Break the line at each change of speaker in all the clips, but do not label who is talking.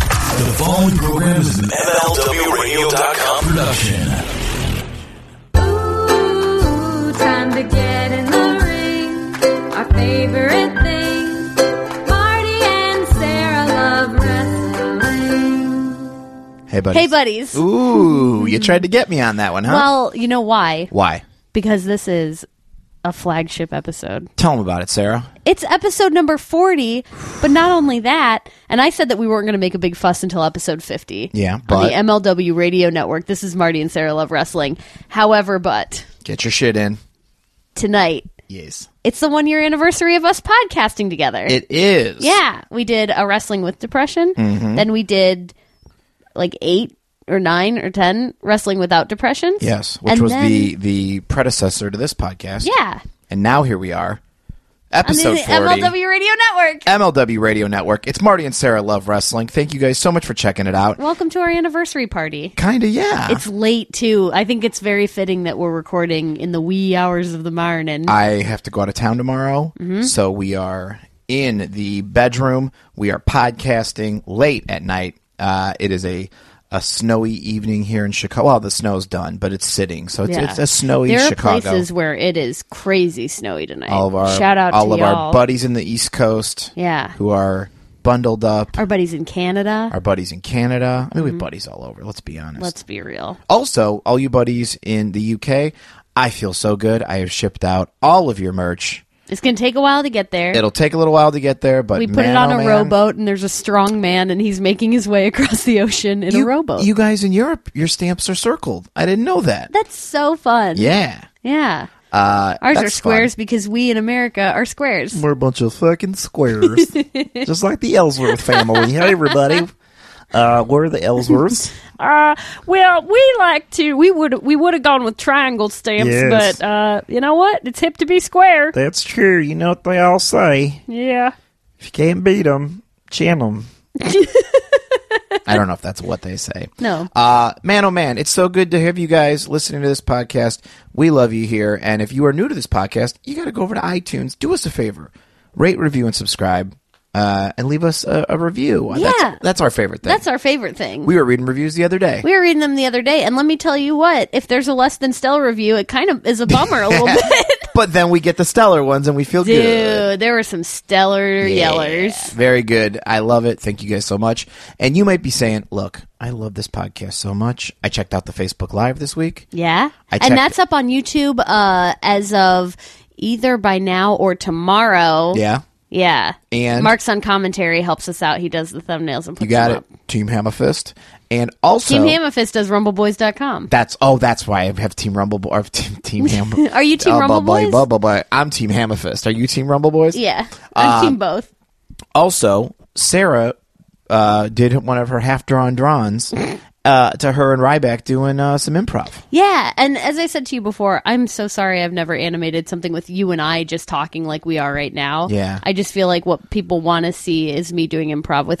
The following program is an MLWRadio.com production.
Ooh, time to get in the ring. Our favorite thing. Marty and Sarah love wrestling.
Hey, buddies.
Hey, buddies.
Ooh, you tried to get me on that one, huh?
Well, you know why?
Why?
Because this is a flagship episode.
Tell them about it, Sarah.
It's episode number 40, but not only that, and I said that we weren't going to make a big fuss until episode 50.
Yeah,
On
but-
the MLW Radio Network. This is Marty and Sarah Love Wrestling. However, but
Get your shit in.
tonight,
Yes.
it's the one year anniversary of us podcasting together.
It is.
yeah. We did a Wrestling with Depression,
Mm-hmm.
then we did like eight or nine or ten Wrestling Without Depressions.
Yes, which
And
was
then-
the the predecessor to this podcast.
Yeah.
And now here we are.
On the
Episode 40.
MLW Radio Network.
MLW Radio Network. It's Marty and Sarah Love Wrestling. Thank you guys so much for checking it out.
Welcome to our anniversary party.
Kinda, yeah.
It's late too. I think it's very fitting that we're recording in the wee hours of the morning.
I have to go out of town tomorrow,
Mm-hmm.
so we are in the bedroom. We are podcasting late at night. Uh, it is a a snowy evening here in Chicago. Well, the snow's done, but it's sitting, so it's,
Yeah.
it's a snowy
there are
Chicago.
places where it is crazy snowy tonight.
all of our
shout out
all
to
of
y'all.
our buddies in the East Coast,
Yeah.
who are bundled up.
Our buddies in Canada.
Our buddies in Canada. I mean, we have buddies all over. Let's be honest.
Mm-hmm. Let's be real.
Also, all you buddies in the UK, I feel so good. I have shipped out all of your merch.
It's gonna take a while to get there.
It'll take a little while to get there, but
we put
man,
it on
oh,
a
man.
rowboat, and there's a strong man, and he's making his way across the ocean in
you,
a rowboat.
You guys in Europe, your stamps are circled. I didn't know that.
that's so fun.
yeah.
yeah.
Uh,
Ours are
that's
squares because we in America are squares.
fun. We're a bunch of fucking squares, just like the Ellsworth family. Hey, everybody. Uh, we're the Ellsworths.
Uh, well, we like to. We would we would have gone with triangle stamps,
Yes.
but uh, you know what? It's hip to be square.
That's true. You know what they all say.
Yeah.
If you can't beat them, chin them. I don't know if that's what they say.
No.
Uh, man, oh man, it's so good to have you guys listening to this podcast. We love you here. And if you are new to this podcast, you got to go over to iTunes. Do us a favor rate, review, and subscribe, uh, and leave us a, a review. Yeah. That's, that's our favorite thing.
That's our favorite thing.
we
We,
were reading reviews the other day.
were reading them the other day, and let me tell you what: if there's a less than stellar review, it kind of is a bummer a little bit.
but then we get the stellar ones and we feel good.
Dude, there were some stellar yellers.
Very good. I love it. Thank you guys so much. And you might be saying, look, I love this podcast so much. I checked out the Facebook Live this week.
Yeah,
I checked-
and that's up on YouTube uh, as of either by now or tomorrow.
Yeah.
yeah.
And-
Mark's on commentary helps us out. He does the thumbnails and puts
You got
them
it.
up.
Team Hammerfist. And also,
Team Hammerfist does rumbleboys.com.
that's, oh, that's why I have Team Rumble Bo- or Team, team Hammer.
Are you Team
Oh,
Rumble
blah, blah,
Boys?
blah, blah, blah. I'm Team Hammerfist. Are you Team Rumble Boys?
Yeah,
Uh,
I've seen both.
Also, Sarah uh, did one of her half drawn drawns uh, to her and Ryback doing uh, some improv.
Yeah, and as I said to you before, I'm so sorry I've never animated something with you and I just talking like we are right now.
Yeah.
I just feel like what people want to see is me doing improv with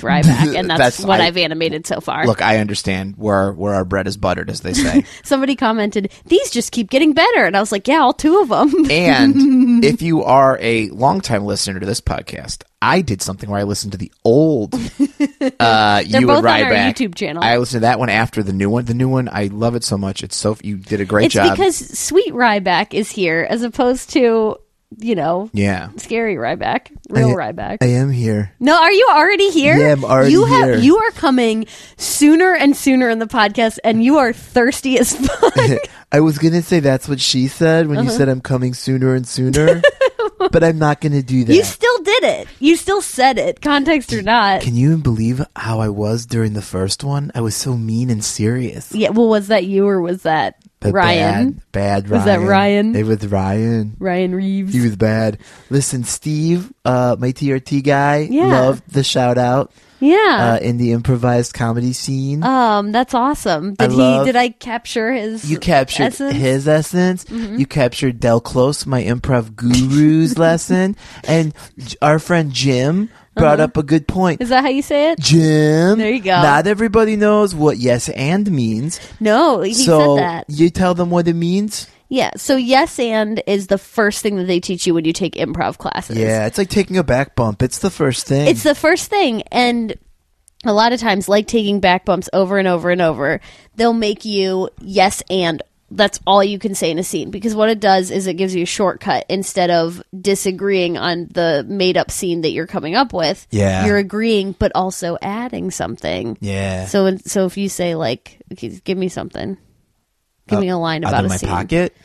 Ryback, and that's,
That's-
what
I-
I, have animated so far.
Look, I understand where where our bread is buttered, as they say.
Somebody commented, "These just keep getting better," and I was like, "Yeah, all two of them."
And if you are a longtime listener to this podcast, I did something where I listened to the old uh, you and
both on our
Ryback
YouTube channel.
I listened to that one after the new one. The new one, I love it so much. It's so you did a great
it's
job.
because sweet Ryback is here as opposed to you know
yeah,
scary Ryback, real Ryback.
am here.
No, are you already here?
Yeah, I'm already
you have,
here.
You are coming sooner and sooner in the podcast, and you are thirsty as fuck.
I was gonna say that's what she said when you
Uh-huh.
said I'm coming sooner and sooner, but I'm not gonna do that.
you still did it. You still said it, context or not.
Can you believe how I was during the first one? I was so mean and serious.
yeah. Well, was that you or was that
But
Ryan?
Bad, bad Ryan.
Was that Ryan?
It was Ryan.
Ryan Reeves.
He was bad. Listen, Steve, uh, my TRT guy,
Yeah.
loved the shout out uh,
yeah.
in the improvised comedy scene.
um. That's awesome.
I
Did he?
love-
did I capture his?
you captured
essence? Mm-hmm.
his essence. You captured Del Close, my improv guru's lesson. And j- our friend Jim
Uh-huh.
brought up a good point.
Is that how you say it?
Jim,
There you go.
Not everybody knows what yes and means.
No, he
so
said that.
you tell them what it means.
Yeah. So yes, and is the first thing that they teach you when you take improv classes.
Yeah, it's like taking a back bump. It's the first thing.
It's the first thing, and a lot of times like taking back bumps over and over and over they'll make you yes and that's all you can say in a scene because what it does is it gives you a shortcut instead of disagreeing on the made up scene that you're coming up with
Yeah.
you're agreeing but also adding something
Yeah.
so when- so if you say like "Okay, give me something give me a line
Out
about
of
a
Uh, my
scene
pocket.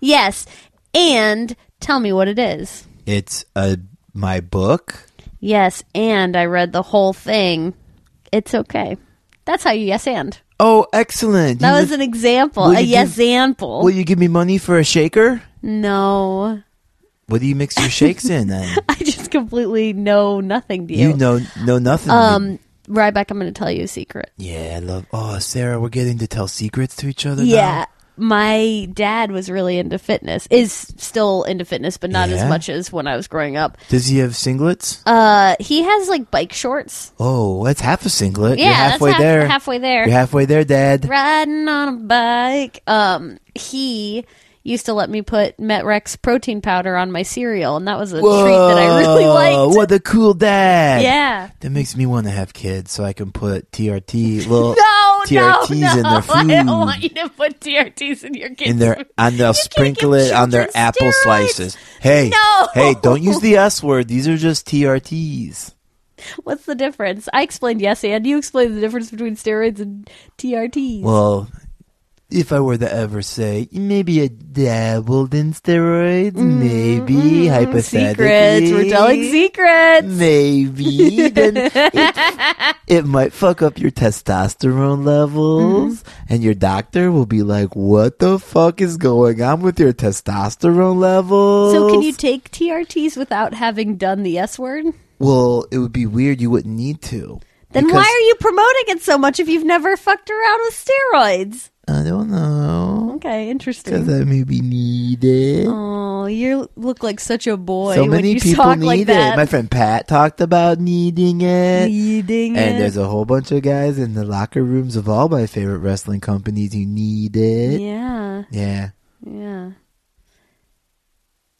yes and tell me what it is
It's a my book.
yes and i read the whole thing it's okay that's how you yes and
Oh, excellent.
That
You
was
look-
an example,
Will
a
you
yes
give-
example.
Will you give me money for a shaker?
no,
What do you mix your shakes in then?
I just completely know nothing to you.
You know know nothing.
um, Ryback, I'm going to tell you a secret.
yeah, I love Oh, Sarah, we're getting to tell secrets to each other.
Yeah,
now?
my dad was really into fitness. Is still into fitness, but not
Yeah?
as much as when I was growing up.
Does he have singlets?
Uh, he has like bike shorts.
oh, that's half a singlet.
Yeah,
You're halfway
that's half-
there.
Halfway there.
You're halfway there, Dad.
riding on a bike. Um, he used to let me put Metrex protein powder on my cereal, and that was a treat that I really
Whoa,
liked.
What a cool dad.
Yeah.
That makes me want to have kids so I can put TRT little
No,
TRTs
no,
in
no.
their food.
I don't want you to put TRTs in your kids.
in their and they'll sprinkle it on their
children
apple
steroids.
slices. Hey,
No.
hey, don't use the S word. These are just TRTs.
What's the difference? I explained yes, and you explained the difference between steroids and TRTs.
Well, if I were to ever say maybe I dabbled in steroids, maybe hypothetically,
Mm-hmm. secrets. We're telling secrets.
Maybe then it, it might fuck up your testosterone levels,
Mm-hmm.
and your doctor will be like, "What the fuck is going on with your testosterone levels?"
So, can you take TRTs without having done the S word?
Well, it would be weird. You wouldn't need to.
Then
Because-
why are you promoting it so much if you've never fucked around with steroids?
I don't know.
Okay,
Because
interesting.
I may be needed.
Oh, you look like such a boy
so
when
many
you
people
talk
need
like
it.
that.
My friend Pat talked about needing it.
Needing
and
it.
there's a whole bunch of guys in the locker rooms of all my favorite wrestling companies who need it. Yeah.
yeah. Yeah.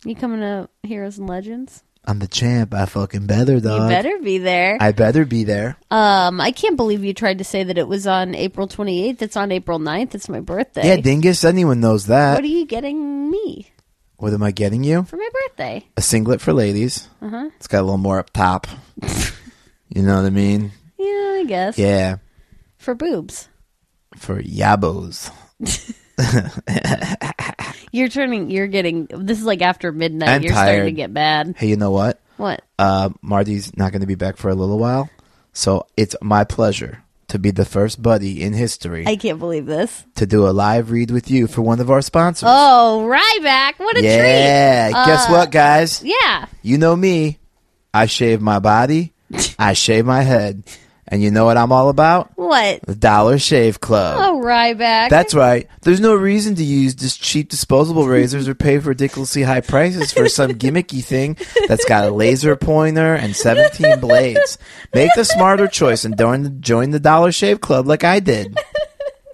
You coming to Heroes and Legends?
I'm the champ. I fucking better, dog.
You better be there.
Uh, I better be there.
um, I can't believe you tried to say that it was on April 28th. It's on April 9th. It's my birthday.
Yeah, Dingus, anyone knows that.
what are you getting me
what am I getting you?
for my birthday?
A singlet for ladies. Uh-huh. It's got a little more up top. you know what I mean?
Yeah, I guess.
Yeah.
For boobs.
for yabos.
You're turning, you're getting, this is like after midnight.
I'm
you're starting to
tired.
get bad.
Hey, you know what?
What?
Uh, Marty's not going to be back for a little while, so it's my pleasure to be the first buddy in history
I can't believe this.
to do a live read with you for one of our sponsors.
Oh, Ryback. What a Uh,
yeah, guess what, guys?
treat. Yeah.
You know me. I shave my body. I shave my head, and you know what I'm all about?
What?
The Dollar Shave Club.
Oh, Ryback.
That's right. There's no reason to use just cheap disposable razors or pay ridiculously high prices for some gimmicky thing that's got a laser pointer and 17 blades. Make the smarter choice and don't join the Dollar Shave Club like I did.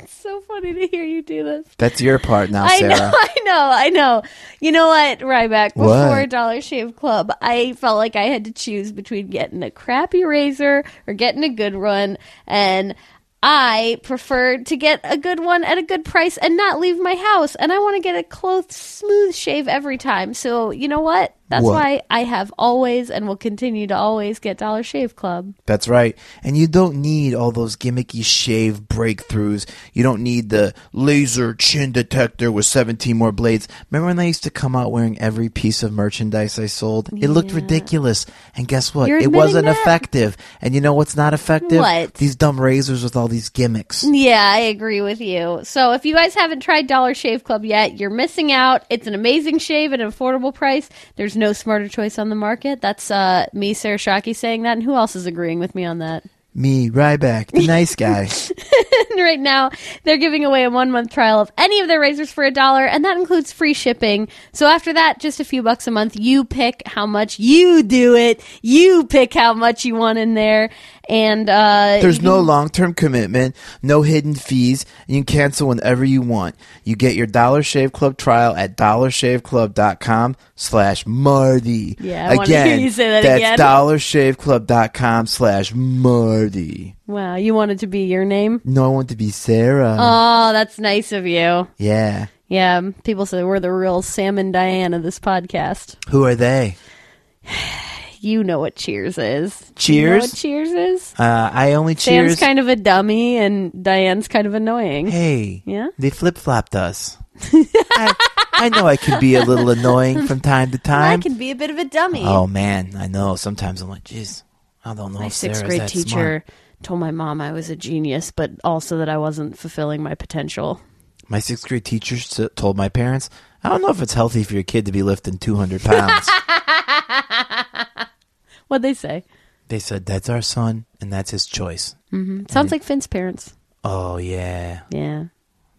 so funny to hear you do this.
That's your part now,
I
Sarah.
know, I know, I know. You know what, Ryback? Before
What?
Dollar Shave Club, I felt like I had to choose between getting a crappy razor or getting a good one, and I preferred to get a good one at a good price and not leave my house. And I want to get a close, smooth shave every time. So you know what? That's
What?
why I have always and will continue to always get Dollar Shave Club.
That's right. And you don't need all those gimmicky shave breakthroughs. You don't need the laser chin detector with 17 more blades. Remember when I used to come out wearing every piece of merchandise I sold? It looked ridiculous. And guess what?
You're
it
admitting
wasn't
that?
effective. And you know what's not effective?
What?
These dumb razors with all these gimmicks.
Yeah, I agree with you. So if you guys haven't tried Dollar Shave Club yet, you're missing out. It's an amazing shave at an affordable price. There's no smarter choice on the market. That's uh, me, Sarah Shockey, saying that. And who else is agreeing with me on that?
Me, Ryback, the nice guy.
And right now, they're giving away a one month trial of any of their razors for a dollar, and that includes free shipping. So after that, just a few bucks a month, you pick how much you do it. You pick how much you want in there. And uh,
There's no long term commitment, no hidden fees, and you can cancel whenever you want. You get your Dollar Shave Club trial at dollarshaveclub.com slash Marty.
Yeah, I wanna hear you say that
that's
again.
dollarshaveclub.com slash Marty.
Wow, you want it to be your name?
No, I want to be Sarah.
Oh, that's nice of you.
yeah.
Yeah, um, people say we're the real Sam and Diane of this podcast.
Who are they?
You know what Cheers is. You know
Cheers?
what Cheers is?
Uh, I only cheers.
Sam's kind of a dummy and Diane's kind of annoying.
hey,
Yeah?
they flip flopped us. I, I know I can be a little annoying from time to
I
time.
can be a bit of a dummy.
Oh man, I know. Sometimes I'm like, jeez, I don't know.
my
if
sixth
Sarah's
grade
that
teacher
smart.
told my mom I was a genius, but also that I wasn't fulfilling my potential.
My sixth grade teacher s- told my parents, I don't know if it's healthy for your kid to be lifting 200 pounds.
What'd they say?
they said, that's our son, and that's his choice.
It sounds like Finn's parents.
Oh yeah,
Yeah,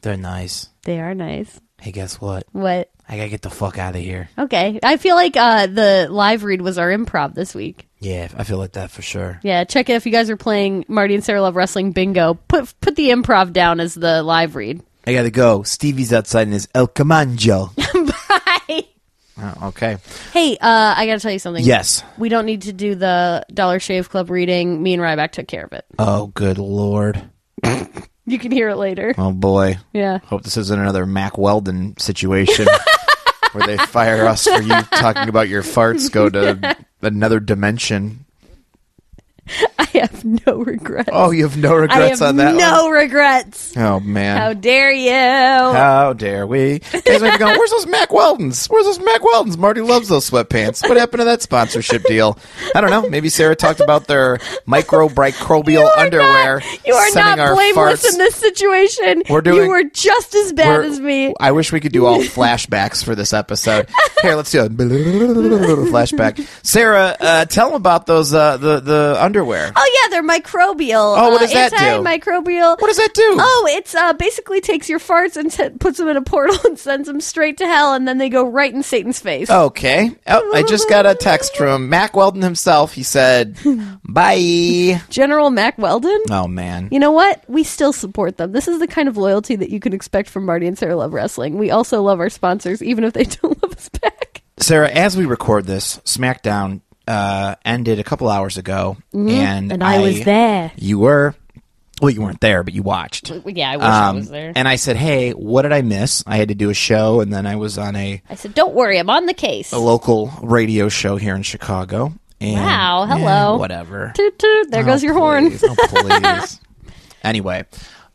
they're nice.
they are nice.
Hey, guess what?
What?
I gotta get the fuck out of here.
Okay, I feel like uh, the live read was our improv this week.
Yeah, I feel like that for sure.
Yeah, check it if you guys are playing Marty and Sarah Love Wrestling Bingo. Put put the improv down as the live read.
I gotta go. Stevie's outside in his El Camanjo.
Bye.
oh, okay.
Hey, uh, I gotta tell you something.
Yes.
we don't need to do the Dollar Shave Club reading. Me and Ryback took care of it.
Oh, good lord.
You can hear it later.
Oh boy.
Yeah.
Hope this isn't another Mac Weldon situation where they fire us for you talking about your farts go to another dimension.
I have no regrets.
Oh, you have no
I
regrets
have
on that.
no regrets.
One? Oh man.
How dare you?
How dare we? Guys might be going, where's those Mac Weldons? Where's those Mac Weldons? Marty loves those sweatpants. What happened to that sponsorship deal? I don't know. Maybe Sarah talked about their
You
microbirobial
are
underwear.
not- you are
sending
not
our
blameless
farts.
in this situation.
We're doing-
you were just as bad
We're-
as me.
I wish we could do all flashbacks for this episode. Here, let's do a flashback. Sarah, uh, tell them about those uh, the the underwear.
Oh yeah, they're microbial.
Oh, what does
uh,
that do?
Antimicrobial.
What does that do?
Oh, it's uh, basically takes your farts and t- puts them in a portal and sends them straight to hell, and then they go right in Satan's face.
Okay. Oh, I just got a text from Mac Weldon himself. He said, "Bye."
General Mac Weldon.
Oh man.
You know what? We still support them. This is the kind of loyalty that you can expect from Marty and Sarah Love Wrestling. We also love our sponsors, even if they don't love us back.
Sarah, as we record this, SmackDown uh, ended a couple hours ago, and
Mm-hmm. And I was there.
You were. Well, you weren't there, but you watched.
Yeah, I wish I
Um,
was there.
And I said, "Hey, what did I miss? I had to do a show, and then I was on a,
I said, "Don't worry, I'm on the case."
a local radio show here in Chicago." And,
Wow,
eh,
hello.
whatever.
Toot toot. There
Oh,
goes your horn.
please. Oh, please. anyway,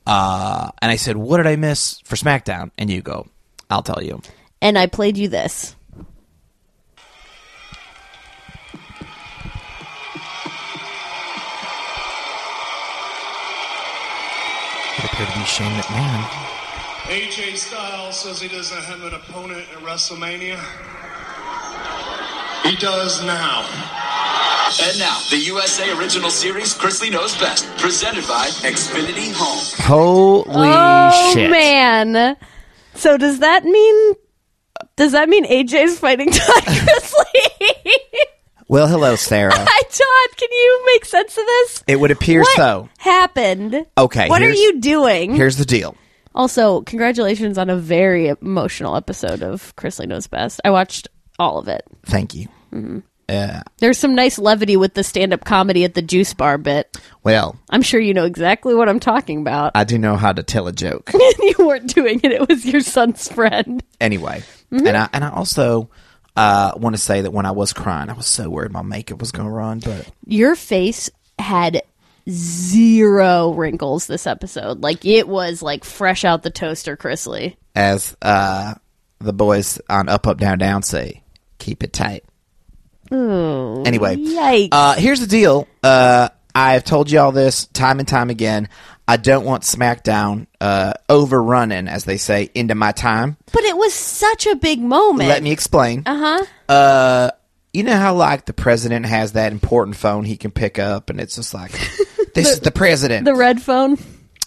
uh, and I said, "What did I miss for SmackDown?" And you go, "I'll tell you."
And I played you this.
It appeared to be Shane McMahon.
AJ Styles says he doesn't have an opponent at WrestleMania. He does now.
And now, the USA Original Series, Chrisley Knows Best, presented by Xfinity Home.
Holy
Oh
shit!
man! So does that mean? Does that mean AJ's fighting Todd Grizzly?
Well, hello, Sarah.
Hi, Todd. Can you make sense of this?
it would appear
what
so.
happened?
Okay,
What are
here's-
you doing?
Here's the deal.
Also, congratulations on a very emotional episode of Chrisley Knows Best. I watched all of it.
Thank you. Uh,
There's some nice levity with the stand-up comedy at the juice bar bit.
well,
I'm sure you know exactly what I'm talking about.
I do know how to tell a joke.
you weren't doing it. It was your son's friend.
anyway,
Mm-hmm.
and I and I also uh, want to say that when I was crying, I was so worried my makeup was going to run. But
Your face had zero wrinkles this episode. Like it was like fresh out the toaster, Chrisley.
as uh, the boys on Up Up Down Down say, keep it tight. anyway,
Yikes.
Uh, here's the deal. Uh, I've told you all this time and time again. I don't want SmackDown uh, overrunning, as they say, into my time.
but it was such a big moment.
Let me explain. Uh-huh. Uh You know how like the president has that important phone he can pick up, and it's just like, this is the president.
the red phone.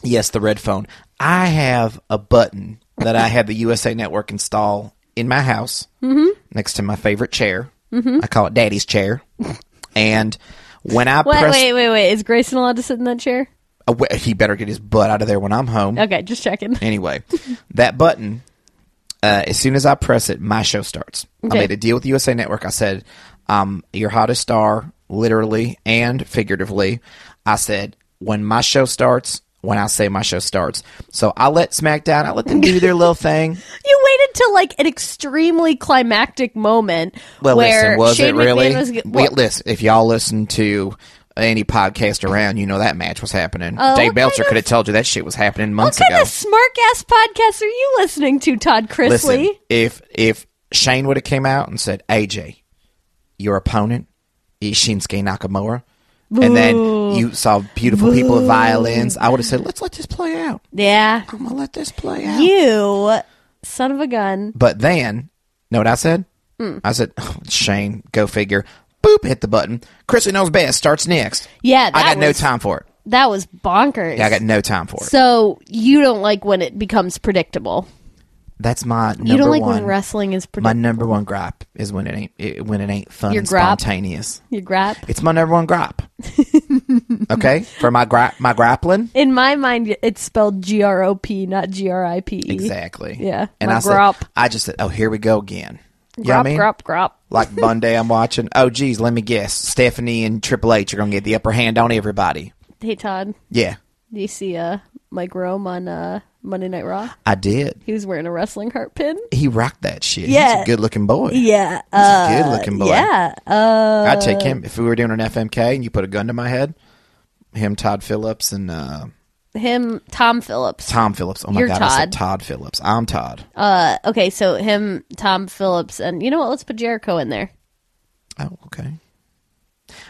yes, the red phone. I have a button that I had the USA Network install in my house
Mm-hmm.
next to my favorite chair. I call it Daddy's chair, and when I
Wait,
press,
wait, wait, wait. Is Grayson allowed to sit in that chair?
Uh, wh- he better get his butt out of there when I'm home.
Okay, just checking.
Anyway, that button
Uh, as soon as I press it, my show starts.
Okay.
I made a deal with USA Network. I said, um, your hottest star, literally and figuratively. I said, when my show starts, when I say my show starts. So I let SmackDown, I let them do their little thing.
You waited till like an extremely climactic moment
Well, listen,
where
was it
Shane
really?
McMahon was ge-
Wait,
well,
listen, if y'all listen to any podcast around, you know that match was happening.
Oh,
Dave
what
Belcher
kind
could
of-
have told you that shit was happening
what
months
kind
ago.
of smart ass podcast are you listening to, Todd Chrisley?
Listen, if if Shane would have came out and said, "AJ, your opponent is Shinsuke Nakamura," and then you saw beautiful people with violins, I would have said, "Let's let this play out.
yeah,
I'm gonna let this play out."
you son of a gun.
But then, know what I said?
Hmm.
I said, "Oh, "Shane, go figure." Boop, hit the button. Chrissy knows best starts next.
Yeah, that
I got no
was-
time for it.
That was bonkers.
Yeah, I got no time for it.
so you don't like when it becomes predictable.
That's my number
you don't like
one.
when wrestling is
my
predictable.
number one gripe is when it ain't it, when it ain't fun
Your
and
grop?
spontaneous.
You grab.
It's my number one gripe. okay, for my gri- my grappling.
In my mind, it's spelled G R O P, not G R I P E.
Exactly.
Yeah,
And
my
I said,
grop.
I just said, oh, here we go again. You know what I
Grop,
mean?
grop, grop.
Like Monday, I'm watching. Oh, geez, let me guess. Stephanie and Triple H are gonna get the upper hand on everybody.
Hey, Todd.
Yeah,
Do you see uh, Mike Rome on uh, Monday Night Raw?
I did.
He was wearing a wrestling heart pin.
He rocked that shit.
Yeah.
He's a good looking boy.
Yeah.
He's
Uh,
a good looking boy.
yeah. Uh,
I'd take him if we were doing an FMK and you put a gun to my head. Him, Todd Phillips, and uh,
him, Tom Phillips.
Tom Phillips. Oh my
You're
god, I said
Todd.
Todd Phillips. I'm Todd.
Uh, okay, so him, Tom Phillips, and you know what? Let's put Jericho in there.
oh, okay.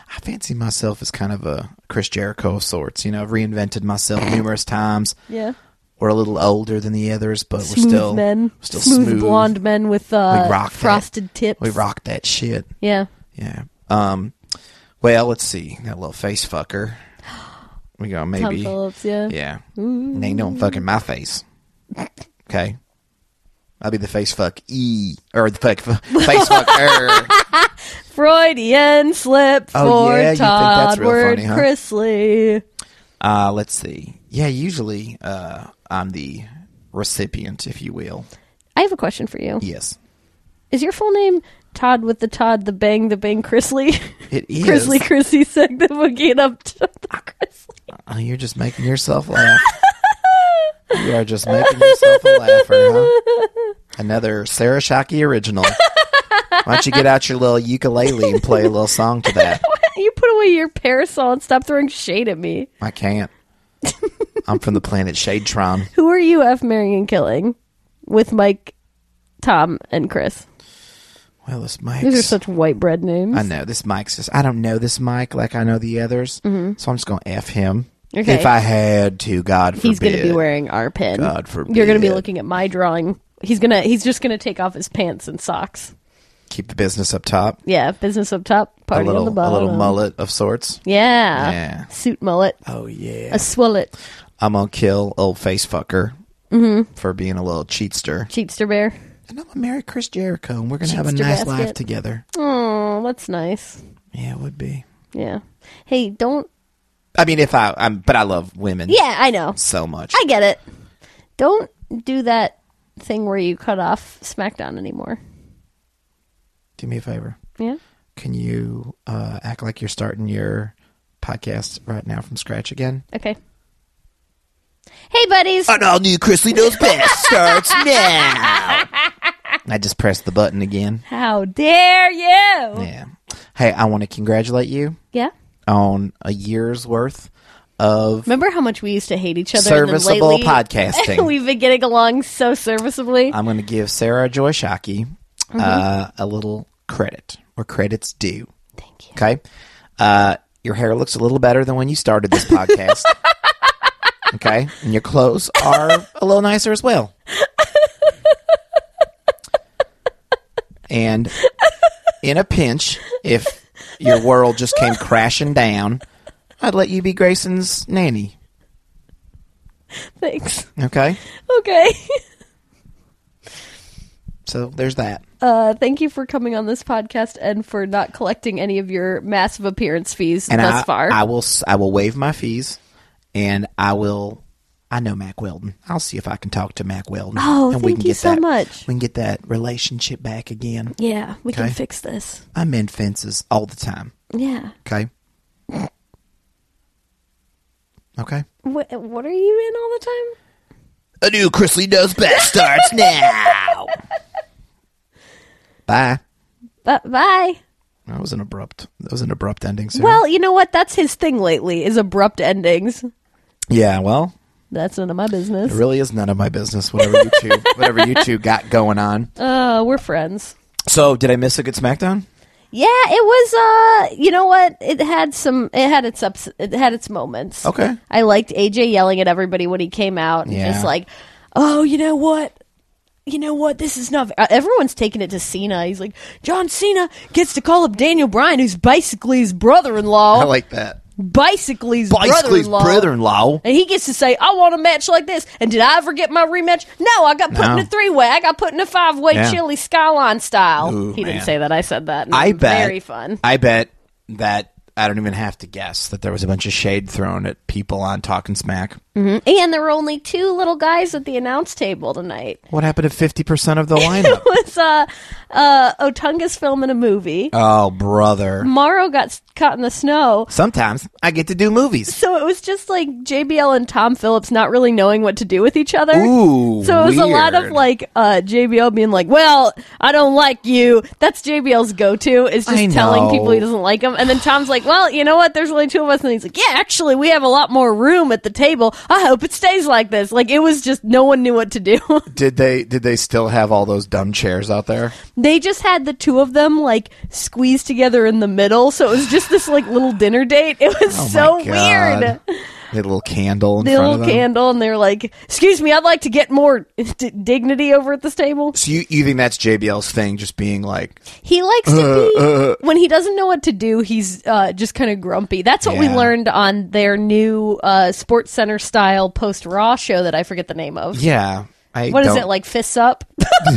I fancy myself as kind of a Chris Jericho of sorts. You know, I've reinvented myself numerous times.
Yeah.
We're a little older than the others, but
Smooth
we're still
men.
we're still
smooth,
smooth,
blonde men with uh,
We rock that.
frosted tips.
We rock that shit.
Yeah.
Yeah. Um. Well, let's see that little face fucker. We go
Tom
maybe.
Phillips, yeah.
Yeah. And ain't no fucking my face. Okay. I'll be the face fuck e or the fuck face fuck er.
Freudian slip
Oh,
for
yeah, you think
Todd
that's real
Word
funny, huh?
Chrisley.
Uh, let's see. Yeah, usually uh, I'm the recipient, if you will.
I have a question for you.
Yes,
Is your full name Todd with the Todd, the Bang, the Bang Chrisley?
it is.
Chrisley Chrissy said the boogie up to the Chrisley.
Oh, you're just making yourself laugh. you are just making yourself a laugher, huh? Another Sarah Shockey original. Why don't you get out your little ukulele and play a little song to that?
You put away your parasol and stop throwing shade at me.
I can't. I'm from the planet Shadetron.
Who are you F marrying and killing with Mike, Tom, and Chris?
Well, this
These are
Mike's.
such white bread names.
I know this Mike's just. I don't know this Mike like I know the others, so I'm just gonna f him.
Mm-hmm. Okay.
If I had to, God forbid,
He's going to be wearing our pin.
God
You're going to be
forbid.
looking at my drawing. He's going to he's just going to take off his pants and socks.
keep the business up top.
Yeah, business up top, party
a
on
little,
the bottom.
a
Ah.
little mullet of sorts.
Yeah.
Yeah.
Suit mullet.
Oh yeah.
A swullet.
I'm gonna kill old face fucker
Mm-hmm.
for being a little cheatster,
Cheatster bear.
and I'm gonna marry Chris Jericho, and we're gonna have a
Cheatster
nice
basket.
life together.
Oh, that's nice.
Yeah, it would be.
Yeah. Hey, don't
I mean, if I, I'm, but I love women.
Yeah, I know.
so much.
I get it. Don't do that thing where you cut off SmackDown anymore.
Do me a favor.
Yeah.
Can you uh, act like you're starting your podcast right now from scratch again?
Okay. Hey, buddies.
An all new Chrisley Knows Best starts now. I just pressed the button again.
How dare you?
Yeah. Hey, I want to congratulate you
Yeah.
on a year's worth of
Remember how much we used to hate each other?
serviceable
and then lately,
podcasting.
We've been getting along so serviceably.
I'm going to give Sarah Joy Shockey uh, a little credit where credit's due. Thank you. Okay. Uh, your hair looks a little better than when you started this podcast. okay. And your clothes are a little nicer as well. And in a pinch, if your world just came crashing down, I'd let you be Grayson's nanny.
Thanks.
Okay.
Okay.
So there's that.
Uh, thank you for coming on this podcast and for not collecting any of your massive appearance fees
and I,
thus far.
I will s- I will waive my fees, and I will I know Mac Weldon. I'll see if I can talk to Mac Weldon.
Oh,
and we
thank
can
you
get
so
that,
much.
We can get that relationship back again.
Yeah, we can
Okay.
fix this.
I mend fences all the time.
Yeah.
Okay. Okay.
What, what are you in all the time?
A new Chrisley Knows Best starts now. Bye.
Bu- bye.
That was an abrupt. That was an abrupt ending. Sarah.
Well, you know what? That's his thing lately is abrupt endings.
yeah. Well,
That's none of my business.
it really is none of my business. Whatever you two, whatever you two got going on.
Uh, we're friends.
So, did I miss a good SmackDown?
Yeah, it was. Uh, you know what? It had some. It had its ups. It had its moments.
Okay.
I liked AJ yelling at everybody when he came out and
Yeah.
just like, "Oh, you know what? You know what? This is not." Uh, everyone's taking it to Cena. He's like, "John Cena gets to call up Daniel Bryan, who's basically his brother-in-law.
I like that.
basically his
Basically,
Oh, brother-in-law."
brother-in-law.
And he gets to say, I want a match like this. And did I ever get my rematch? No, I got put
No.
in a three way. I got put in a five way
Yeah.
chili skyline style.
Ooh,
he
man.
didn't say that. I said that. and
I
it was
bet.
Very fun.
I bet that I don't even have to guess that there was a bunch of shade thrown at people on Talking Smack.
Mm-hmm. And there were only two little guys at the announce table tonight.
What happened to fifty percent of the lineup?
It's uh, uh, Otunga's filming a movie.
oh, brother.
Morrow got s- caught in the snow.
Sometimes I get to do movies.
So it was just like JBL and Tom Phillips not really knowing what to do with each other.
Ooh,
so it was a lot of
weird.
like uh, JBL being like, "Well, I don't like you." That's JBL's go-to is
I
just telling
know.
people he doesn't like them. And then Tom's like, "Well, you know what? There's only two of us." And he's like, "Yeah, actually, we have a lot more room at the table. I hope it stays like this." Like it was just no one knew what to do.
Did they did they still have all those dumb chairs out there?
they just had the two of them like squeezed together in the middle. So it was just this like little dinner date. It was
Oh
so
my God.
weird.
They had a little candle in
the
front
little
of them.
candle and they were like, "Excuse me, I'd like to get more d- dignity over at this table."
so you, you think that's JBL's thing, just being like,
He likes
Uh,
to be when he doesn't know what to do. He's uh, just kind of grumpy. That's what we
Yeah.
learned on their new uh, Sports Center style post Raw show that I forget the name of.
yeah, I
What is
don't-
it like? Fists up. I'm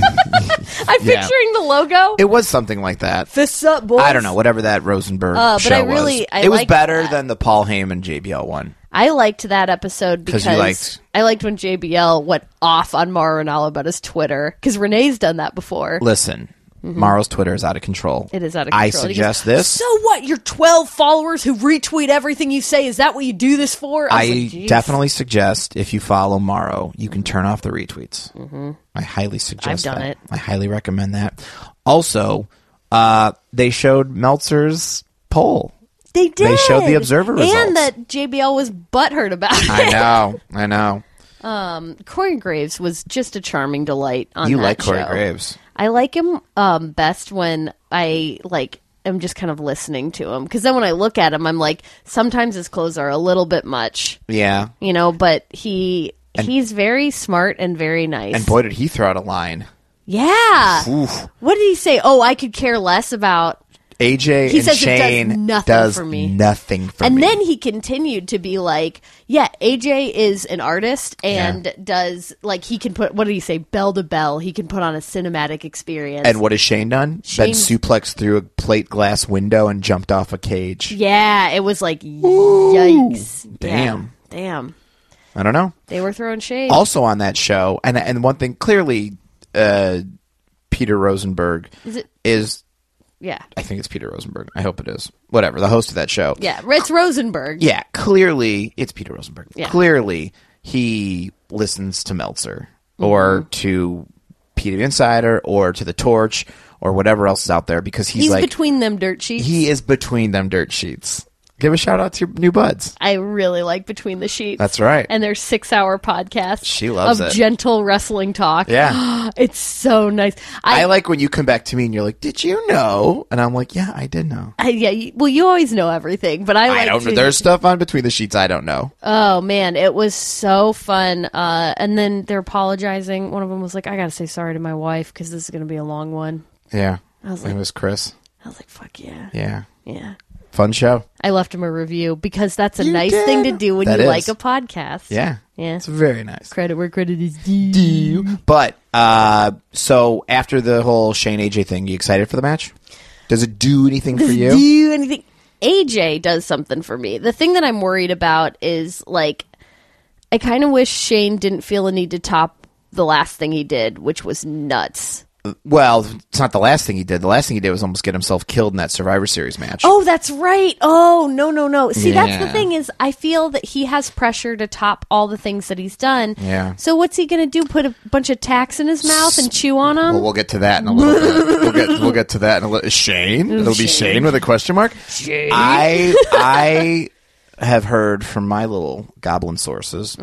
Yeah.
picturing the logo.
It was something like that.
fists up, boys.
I don't know, whatever that Rosenberg
Uh, but
show
I really-
was.
I
it was
liked
better
that.
than the Paul Heyman JBL one.
I liked that episode
'Cause
because
you liked-
I liked when JBL went off on Mauro Ranallo about his Twitter because Renee's done that before.
Listen, Morrow's Twitter is out of control.
Mm-hmm. It is out of
I
control. He
suggest
goes,
this.
So what? Your 12 followers who retweet everything you say, is that what you do this for?
I
was like, "Jeez."
definitely suggest if you follow Morrow, you can turn off the retweets. Mm-hmm. I highly suggest.
I've done
that.
it.
I highly recommend that. Also, uh, they showed Meltzer's poll.
They did.
They showed the Observer results.
And that JBL was butthurt about it.
I know. I know.
Corey Graves was just a charming delight on
You
that
like Corey
show.
Graves.
I like him um, best when I like am just kind of listening to him because then when I look at him, I'm like, sometimes his clothes are a little bit much,
Yeah.
you know. But he he's very smart and very nice.
And boy, did he throw out a line.
yeah.
Oof.
What did he say? Oh, I could care less about.
AJ
He
and
says it does
Shane
nothing
does
for me.
nothing for
and
me.
then he continued to be like, yeah, AJ is an artist and does like he can put what did he say bell to bell. He can put on a cinematic experience.
and what has Shane done? Been
Shane-
suplexed through a plate glass window and jumped off a cage.
yeah, it was like yikes.
Damn.
Yeah, damn.
I don't know.
They were throwing shade.
also on that show, and and one thing clearly, uh, Peter Rosenberg
Is it-
is-
yeah.
I think it's Peter Rosenberg. I hope it is. Whatever the host of that show.
Yeah, Ritz Rosenberg.
yeah. Clearly, it's Peter Rosenberg.
Yeah.
Clearly, he listens to Meltzer or
Mm-hmm.
to Peter Insider or to the Torch or whatever else is out there because he's,
He's
like
between them dirt sheets.
he is between them dirt sheets. Give a shout out to your new buds.
I really like Between the Sheets.
That's right.
And their six hour podcast
She loves
of
it.
gentle wrestling talk.
Yeah.
it's so nice. I,
I like when you come back to me and you're like, "Did you know?" And I'm like, "Yeah, I did know."
I- yeah, you, well, you always know everything, but I,
I
like
don't know.
to-
There's stuff on between the sheets I don't know.
Oh man, it was so fun. Uh, and then they're apologizing. One of them was like, "I gotta say sorry to my wife because this is gonna be a long one."
yeah.
was
it
like-
was Chris.
I was like, "Fuck yeah,
Yeah.
yeah."
Fun show.
I left him a review because that's a
You
nice thing to
did?
do when
That
you
is.
like a podcast.
Yeah.
yeah.
It's very nice.
Credit where credit is due.
But uh so after the whole Shane AJ thing, you excited for the match? Does it do anything for you?
Do you anything? AJ does something for me. The thing that I'm worried about is like I kind of wish Shane didn't feel a need to top the last thing he did, which was nuts.
Well, it's not the last thing he did. The last thing he did was almost get himself killed in that Survivor Series match.
Oh, that's right. Oh, no, no, no. See, that's the
Yeah.
thing is, I feel that he has pressure to top all the things that he's done.
Yeah.
So what's he going to do? Put a bunch of tacks in his mouth and chew on them?
Well, we'll get to that in a little bit. We'll get we'll get to that in a little. Shane, it'll be Shane with a question mark. Shane. I I have heard from my little goblin sources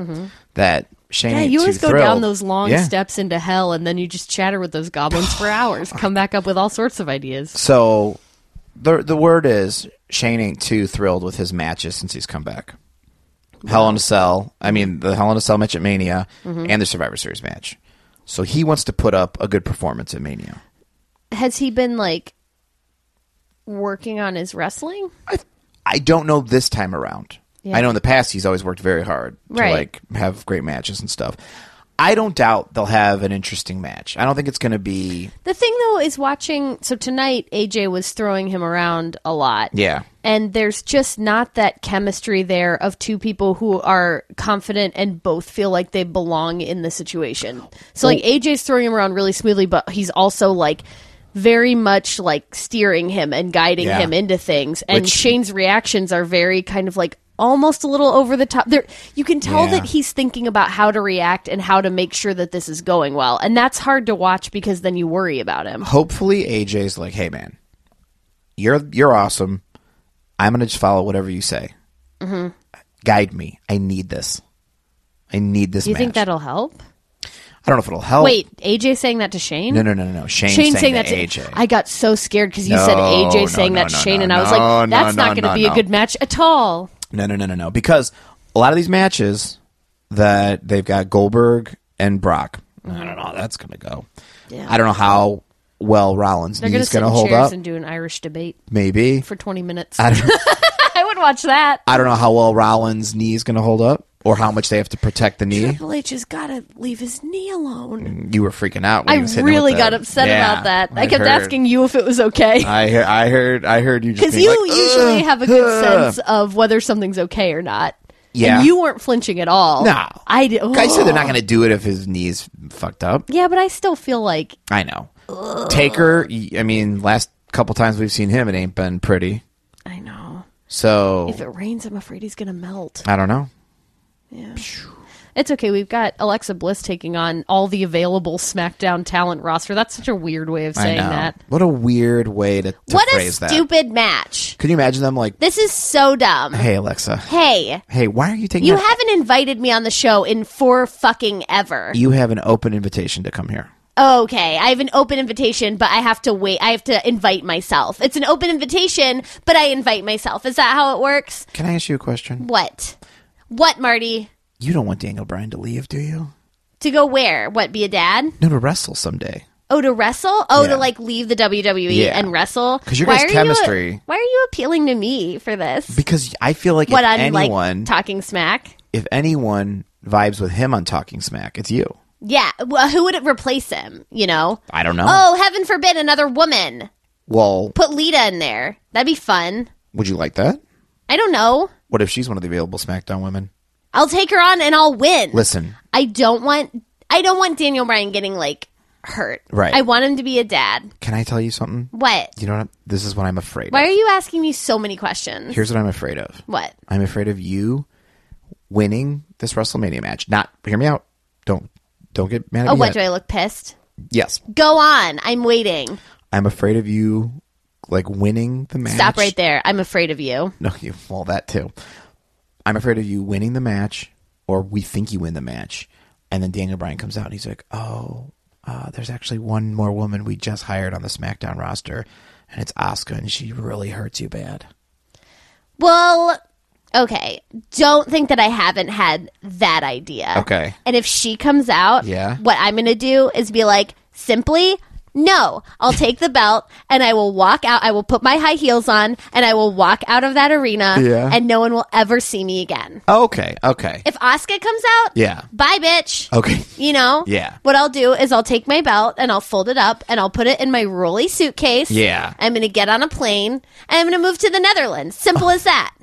that Shane.
yeah,
ain't
Mm-hmm. you
too
always go
thrilled.
down those long
Yeah.
steps into hell, and then you just chatter with those goblins for hours. Come back up with all sorts of ideas.
So the the word is Shane ain't too thrilled with his matches since he's come back. Hell in a Cell. I mean, the Hell in a Cell match at Mania
Mm-hmm.
and the Survivor Series match. So he wants to put up a good performance at Mania.
Has he been like working on his wrestling?
I I don't know this time around.
Yeah.
I know in the past he's always worked very hard to
Right.
like have great matches and stuff. I don't doubt they'll have an interesting match. I don't think it's going to be
The thing though is watching. So tonight, AJ was throwing him around a lot.
yeah.
And there's just not that chemistry there of two people who are confident and both feel like they belong in the situation. So like AJ's throwing him around really smoothly, but he's also like very much like steering him and guiding
Yeah.
him into things. And
Which-
Shane's reactions are very kind of like almost a little over the top. There you can tell
Yeah.
that he's thinking about how to react and how to make sure that this is going well. And that's hard to watch because then you worry about him.
Hopefully AJ's like, "Hey man, you're you're awesome. I'm going to just follow whatever you say.
Mm-hmm.
Guide me. I need this. I need this
Do you
match.
think that'll help?
I don't know if it'll help.
Wait, AJ saying that to Shane?
No, no, no, no, no. Shane,
Shane
saying,
saying
that
that's
to AJ.
I got so scared because you
No,
said AJ
no,
saying
no,
that to
no,
Shane,
no,
and I was
no,
like,
no,
that's
no,
not going to
no,
be a
no.
good match at all.
No, no, no, no, no. Because a lot of these matches that they've got Goldberg and Brock. I don't know how that's going to go. I don't know how well Rollins
They're going to
is
sit
going
in
to hold
chairs
up.
and do an Irish debate
Maybe.
for 20 minutes.
I don't,
I would watch that.
I don't know how well Rollins' knee is going to hold up or how much they have to protect the knee.
Triple H has got to leave his knee alone.
Mm, You were freaking out. When
I
he was hitting him
really
with the-
got upset
Yeah,
about that. I,
I
kept
heard.
asking you if it was okay.
I heard. I heard. I heard you just
Because
being
you
like,
usually
"Ugh,
have a good
ugh."
sense of whether something's okay or not.
Yeah.
And you weren't flinching at all.
No.
I did.
I said they're not going to do it if his knee's fucked up.
Yeah, but I still feel like
I know. Taker, y- I mean, last couple times we've seen him, it ain't been pretty.
I know.
So
If it rains, I'm afraid he's going to melt.
I don't know.
It's okay. We've got Alexa Bliss taking on all the available SmackDown talent roster. That's such a weird way of saying
I know.
that.
What a weird way to, to
what a
phrase that.
stupid match.
Can you imagine them like,
This is so dumb.
hey Alexa,
Hey,
hey, why are you taking?
you
that-
haven't invited me on the show in for fucking ever.
you have an open invitation to come here.
Okay, I have an open invitation, but I have to wait. I have to invite myself. It's an open invitation, but I invite myself. Is that how it works?
Can I ask you a question?
What? What, Marty?
You don't want Daniel Bryan to leave, do you?
To go where? What, be a dad?
No, to wrestle someday.
Oh, to wrestle? Oh,
Yeah.
to like leave the WWE
Yeah.
and wrestle?
'Cause your
Why
guys'
are You,
chemistry-
why are you appealing to me for this?
Because I feel like
what
if
I'm
anyone,
like talking smack?
if anyone vibes with him on Talking Smack, it's you.
Yeah. Well, who would it replace him? You know?
I don't know.
Oh, heaven forbid another woman.
Well,
Put Lita in there. That'd be fun.
would you like that?
I don't know.
What if she's one of the available SmackDown women?
I'll take her on and I'll win.
Listen,
I don't want I don't want Daniel Bryan getting like hurt.
Right.
I want him to be a dad.
can I tell you something?
What?
You know what? I'm, this is what I'm afraid
Why
of.
are you asking me so many questions?
Here's what I'm afraid of.
what?
I'm afraid of you winning this WrestleMania match. Not hear me out. Don't don't get mad at
Oh,
me.
what
yet.
do I look pissed?
yes,
Go on. I'm waiting.
I'm afraid of you like winning the match.
Stop right there. I'm afraid of you.
No, you well that too. I'm afraid of you winning the match, or we think you win the match, and then Daniel Bryan comes out and he's like, "Oh, uh, there's actually one more woman we just hired on the SmackDown roster, and it's Asuka, and she really hurts you bad."
Well, okay. Don't think that I haven't had that idea.
Okay.
And if she comes out,
Yeah.
what I'm going to do is be like, simply, no, I'll take the belt and I will walk out. I will put my high heels on and I will walk out of that arena
Yeah.
and no one will ever see me again.
Okay, okay,
If Asuka comes out,
Yeah.
bye, bitch.
okay.
You know?
Yeah.
What I'll do is I'll take my belt and I'll fold it up and I'll put it in my rolly suitcase.
Yeah.
I'm going to get on a plane and I'm going to move to the Netherlands. Simple as that.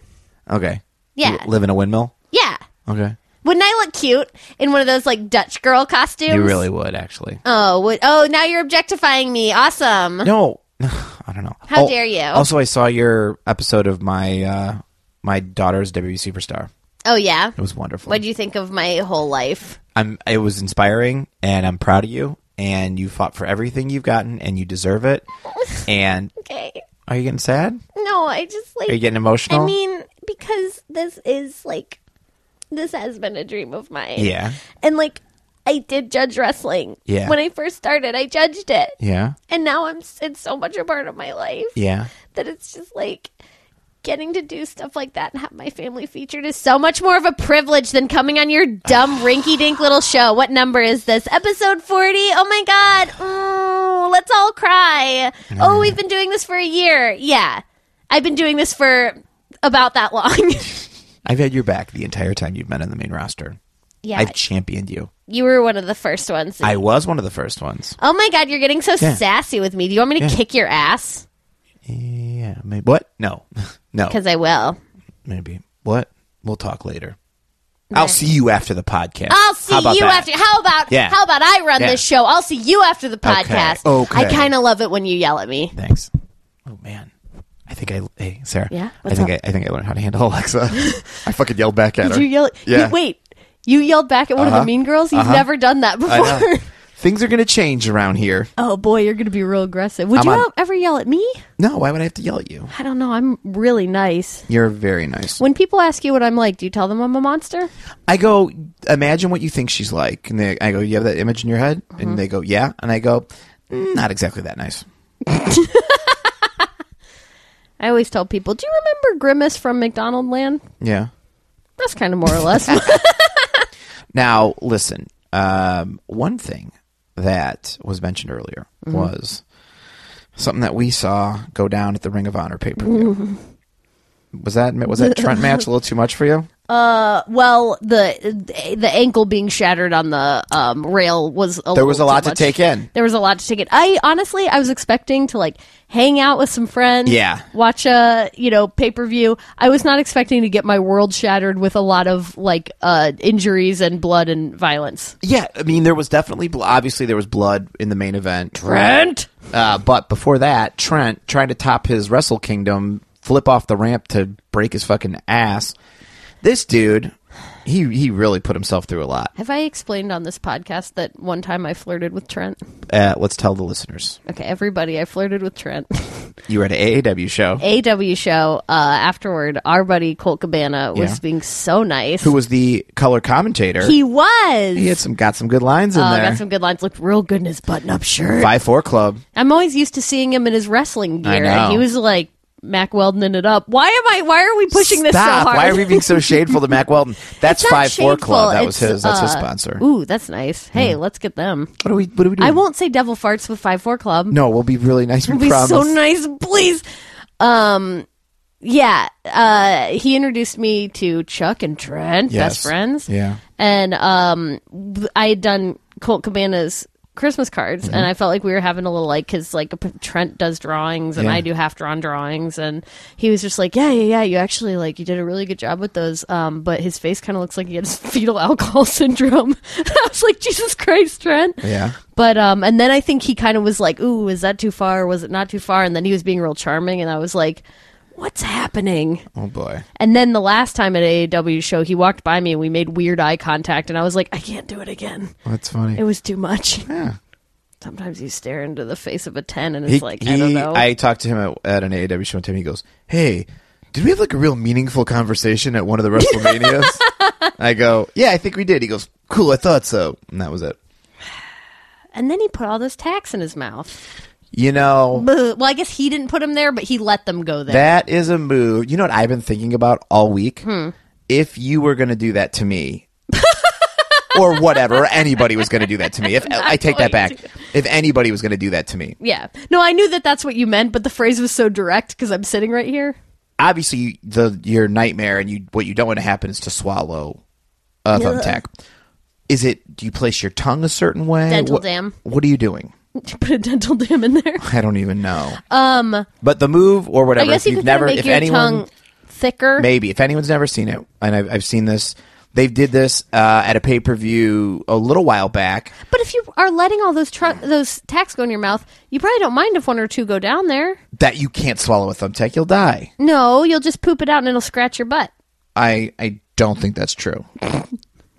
Okay.
Yeah.
You live in a windmill.
Yeah.
Okay.
Wouldn't I look cute in one of those like Dutch girl costumes?
You really would, actually.
Oh, would, oh, now you're objectifying me. Awesome.
No, I don't know. Oh,
How dare you.
Also, I saw your episode of my uh, my daughter's WWE superstar.
Oh yeah.
It was wonderful.
What do you think of my whole life?
I'm. It was inspiring, and I'm proud of you. And you fought for everything you've gotten, and you deserve it. And
Okay.
are you getting sad?
No, I just like
Are you getting emotional?
I mean, because this is like this has been a dream of mine.
yeah,
And like I did judge wrestling.
Yeah.
When I first started, I judged it.
yeah,
And now I'm it's so much a part of my life
yeah.
that it's just like getting to do stuff like that and have my family featured is so much more of a privilege than coming on your dumb rinky dink little show. What number is this? Episode 40. Oh my god. Mm, let's all cry. Oh, we've been doing this for a year. Yeah. I've been doing this for about that long.
I've had your back the entire time you've been on the main roster.
yeah.
I've championed you.
you were one of the first ones.
I was one of the first ones.
oh my god, you're getting so
Yeah.
sassy with me. Do you want me to
Yeah.
kick your ass?
Yeah, maybe. What? No, no.
Cuz I will.
Maybe. What? We'll talk later. I'll see you after the podcast.
I'll see
How about
you
that?
after. How about
Yeah.
how about I run
Yeah.
this show? I'll see you after the podcast.
Okay.
I kind of love it when you yell at me.
Thanks. Oh man, I think I. Hey Sarah.
Yeah?
I
What's
think I,
up?
I think I learned how to handle Alexa. I fucking yelled back at her.
Did you yell?
Yeah.
you- wait, you yelled back at one of
Uh-huh.
the Mean Girls. You've never done that
I know.
before.
Things are gonna change around here.
oh boy, you're gonna be real aggressive. Would
I'm
you
on-
out- ever yell at me?
No, why would I have to yell at you?
I don't know. I'm really nice.
You're very nice.
When people ask you what I'm like, do you tell them I'm a monster?
I go, imagine what you think she's like, and they, I go, you have that image in your head,
Mm-hmm.
and they go, yeah, and I go, "Mm, not exactly that nice.
I always tell people. Do you remember Grimace from McDonald Land?
Yeah.
That's kind of more or less.
Now, listen, um, one thing that was mentioned earlier
Mm-hmm.
was something that we saw go down at the Ring of Honor pay per view.
Mm-hmm.
was that was that Trent match a little too much for you?
well, the the ankle being shattered on the um, rail was a
There was a
little
lot to
too much.
take in.
there was a lot to take it. I honestly, I was expecting to like hang out with some friends.
Yeah.
Watch a, you know, pay per view. I was not expecting to get my world shattered with a lot of like uh, injuries and blood and violence.
Yeah, I mean there was definitely bl- obviously there was blood in the main event.
Brent!
Uh, but before that, Trent tried to top his Wrestle Kingdom flip off the ramp to break his fucking ass. This dude, he he really put himself through a lot.
Have I explained on this podcast that one time I flirted with Trent?
Uh, let's tell the listeners.
Okay, everybody, I flirted with Trent.
You were at an AAW show.
AW show, uh, afterward, our buddy Colt Cabana was
Yeah.
being so nice.
who was the color commentator.
he was.
He had some got some good lines in
Uh,
there.
got some good lines. Looked real good in his button-up shirt.
Five four club.
I'm always used to seeing him in his wrestling gear.
I know.
And he was like Mac Weldoning it up. Why am I? Why are we pushing
Stop.
this so hard?
Why are we being so shadeful to Mac Weldon? That's
It's not
five four
shameful.
club. That was
It's,
his. That's his
uh,
sponsor.
Ooh, that's nice. Hey, let's get them.
What are we? What are we doing?
I won't say Devil Farts with Five Four Club.
No, we'll be really nice. We
It'd be
promise.
so nice, please. Um, yeah. Uh, he introduced me to Chuck and Trent,
Yes.
best friends.
Yeah.
and um, I had done Colt Cabana's Christmas cards,
Mm-hmm.
and I felt like we were having a little like because like p- Trent does drawings and
Yeah.
I do half drawn drawings, and he was just like, yeah, yeah, yeah, you actually like you did a really good job with those, um, but his face kind of looks like he has fetal alcohol syndrome. I was like, Jesus Christ, Trent.
Yeah.
But um, and then I think he kind of was like, "Ooh, is that too far? Was it not too far?" And then he was being real charming, and I was like, "What's happening?"
Oh boy.
And then the last time at AAW show, he walked by me and we made weird eye contact, and I was like, I can't do it again.
That's funny.
It was too much.
yeah.
Sometimes you stare into the face of a ten, and it's
He,
like
he,
I don't know.
talked to him at, at an AAW show one time. He goes, "Hey, did we have like a real meaningful conversation at one of the WrestleManias?" I go, "Yeah, I think we did." He goes, "Cool, I thought so," and that was it.
and then he put all this tax in his mouth.
You know,
Boo. Well, I guess he didn't put him there, but he let them go there.
That is a move. You know what I've been thinking about all week?
Hmm.
If you were going to do that to me, or whatever, anybody was going to do that to me. If I take that back,
going
if anybody was going to do that to me,
yeah. No, I knew that that's what you meant, but the phrase was so direct because I'm sitting right here.
obviously you, the your nightmare and you what you don't want to happen is to swallow a thumbtack. Is it? Do you place your tongue a certain way?
Dental
what,
dam.
What are you doing?
put a dental dam in there.
I don't even know. Um, but the move or
I
whatever.
guess
if
you
you've
could kind
never,
of make
if
your
anyone,
tongue thicker.
maybe if anyone's never seen it and I've, I've seen this They did this uh, at a pay per view a little while back.
But if you are letting all those tru- those tacks go in your mouth, you probably don't mind if one or two go down there.
That you can't swallow a thumbtack, you'll die.
No, you'll just poop it out and it'll scratch your butt.
I I don't think that's true.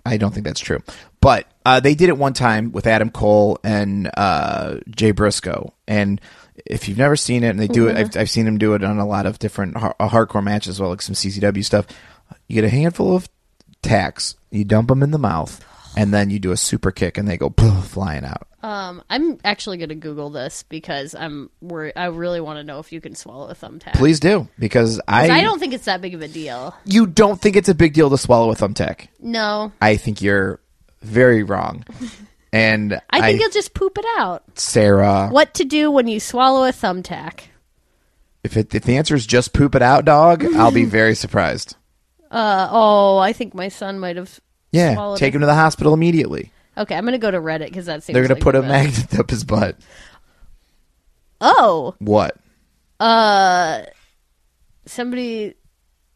I don't think that's true. But uh, they did it one time with Adam Cole and uh, Jay Briscoe, and if you've never seen it, and they do it, I've, I've seen them do it on a lot of different har- uh, hardcore matches, as well like some CCW stuff. You get a handful of tacks, you dump them in the mouth, and then you do a super kick, and they go flying out.
Um, I'm actually going to Google this because I'm worried. I really want to know if you can swallow a thumbtack.
Please do because I,
I don't think it's that big of a deal.
you don't think it's a big deal to swallow a thumbtack.
No,
I think you're very wrong, and
I think
I
you'll just poop it out.
Sarah.
What to do when you swallow a thumbtack?
If it, if the answer is just poop it out, dog, I'll be very surprised.
Uh, oh, I think my son might have.
Yeah,
Swallowed
take
it.
him to the hospital immediately.
Okay, I'm going to go to Reddit because that seems.
They're gonna
like
put
the
a
best.
magnet up his butt.
Oh,
What?
somebody.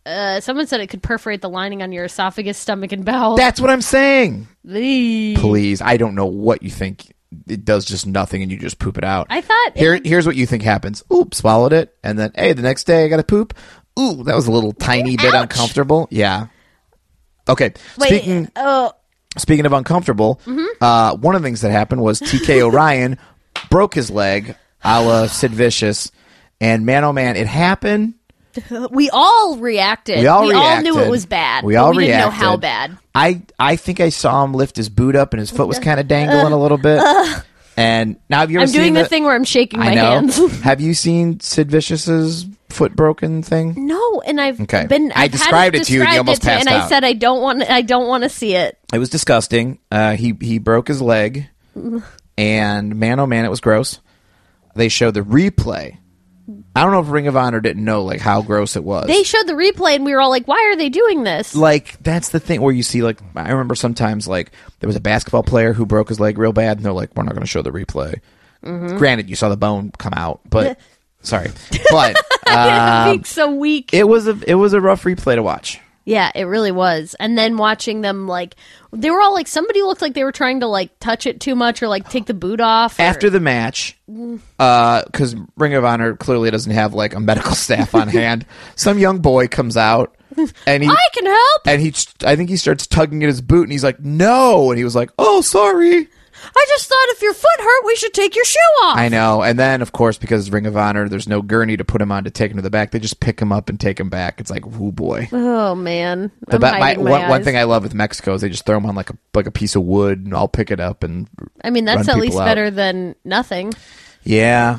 Uh, someone said it could perforate the lining on your esophagus, stomach, and bowel.
That's what I'm saying.
The-
Please, I don't know what you think. It does just nothing, and you just poop it out.
I thought it
here.
would-
here's what you think happens. Oop, swallowed it, and then hey, the next day I got to poop. Ooh, that was a little tiny bit
Ouch.
uncomfortable. Yeah. Okay.
Wait.
Speaking
oh,
Speaking of uncomfortable,
Mm-hmm.
uh, one of the things that happened was TK Orion broke his leg, a la Sid Vicious, and man, oh man, it happened.
we all reacted.
We all reacted.
knew it was bad.
We
but
all
we didn't know
reacted.
how bad.
I I think I saw him lift his boot up, and his foot was kind of dangling a little bit. and now have you ever
I'm
seen
doing the thing where I'm shaking my
I know.
hands.
have you seen Sid Vicious's foot broken thing?
No, and I've
Okay.
been.
I
I've had
described it to you and you
described
almost
it to-
passed
And I
out.
said I don't want. I don't want to see it.
It was disgusting. Uh, he he broke his leg, and man, oh man, it was gross. They showed the replay. I don't know if Ring of Honor didn't know like how gross it was.
They showed the replay, and we were all like, "Why are they doing this?"
like that's the thing where you see like I remember sometimes like there was a basketball player who broke his leg real bad, and they're like, we're not going to show the replay. Granted, you saw the bone come out, but sorry, but uh,
Being so weak.
it was a it was a rough replay to watch.
yeah, it really was. And then watching them, like, they were all like, somebody looked like they were trying to like touch it too much, or like take the boot off. Or,
after the match because ring of honor clearly doesn't have like a medical staff on hand some young boy comes out and he
I can help.
and he i think he starts tugging at his boot and he's like no and he was like oh sorry
I just thought if your foot hurt, we should take your shoe off.
i know and then of course because ring of honor there's no gurney to put him on to take him to the back they just pick him up and take him back it's like whoo boy
oh man,
The
I'm
ba- my-
hiding my
one, one
eyes.
thing i love with mexico is they just throw him on like a like a piece of wood and i'll pick it up and
I mean,
run
that's at
people
least
out.
better than nothing.
Yeah.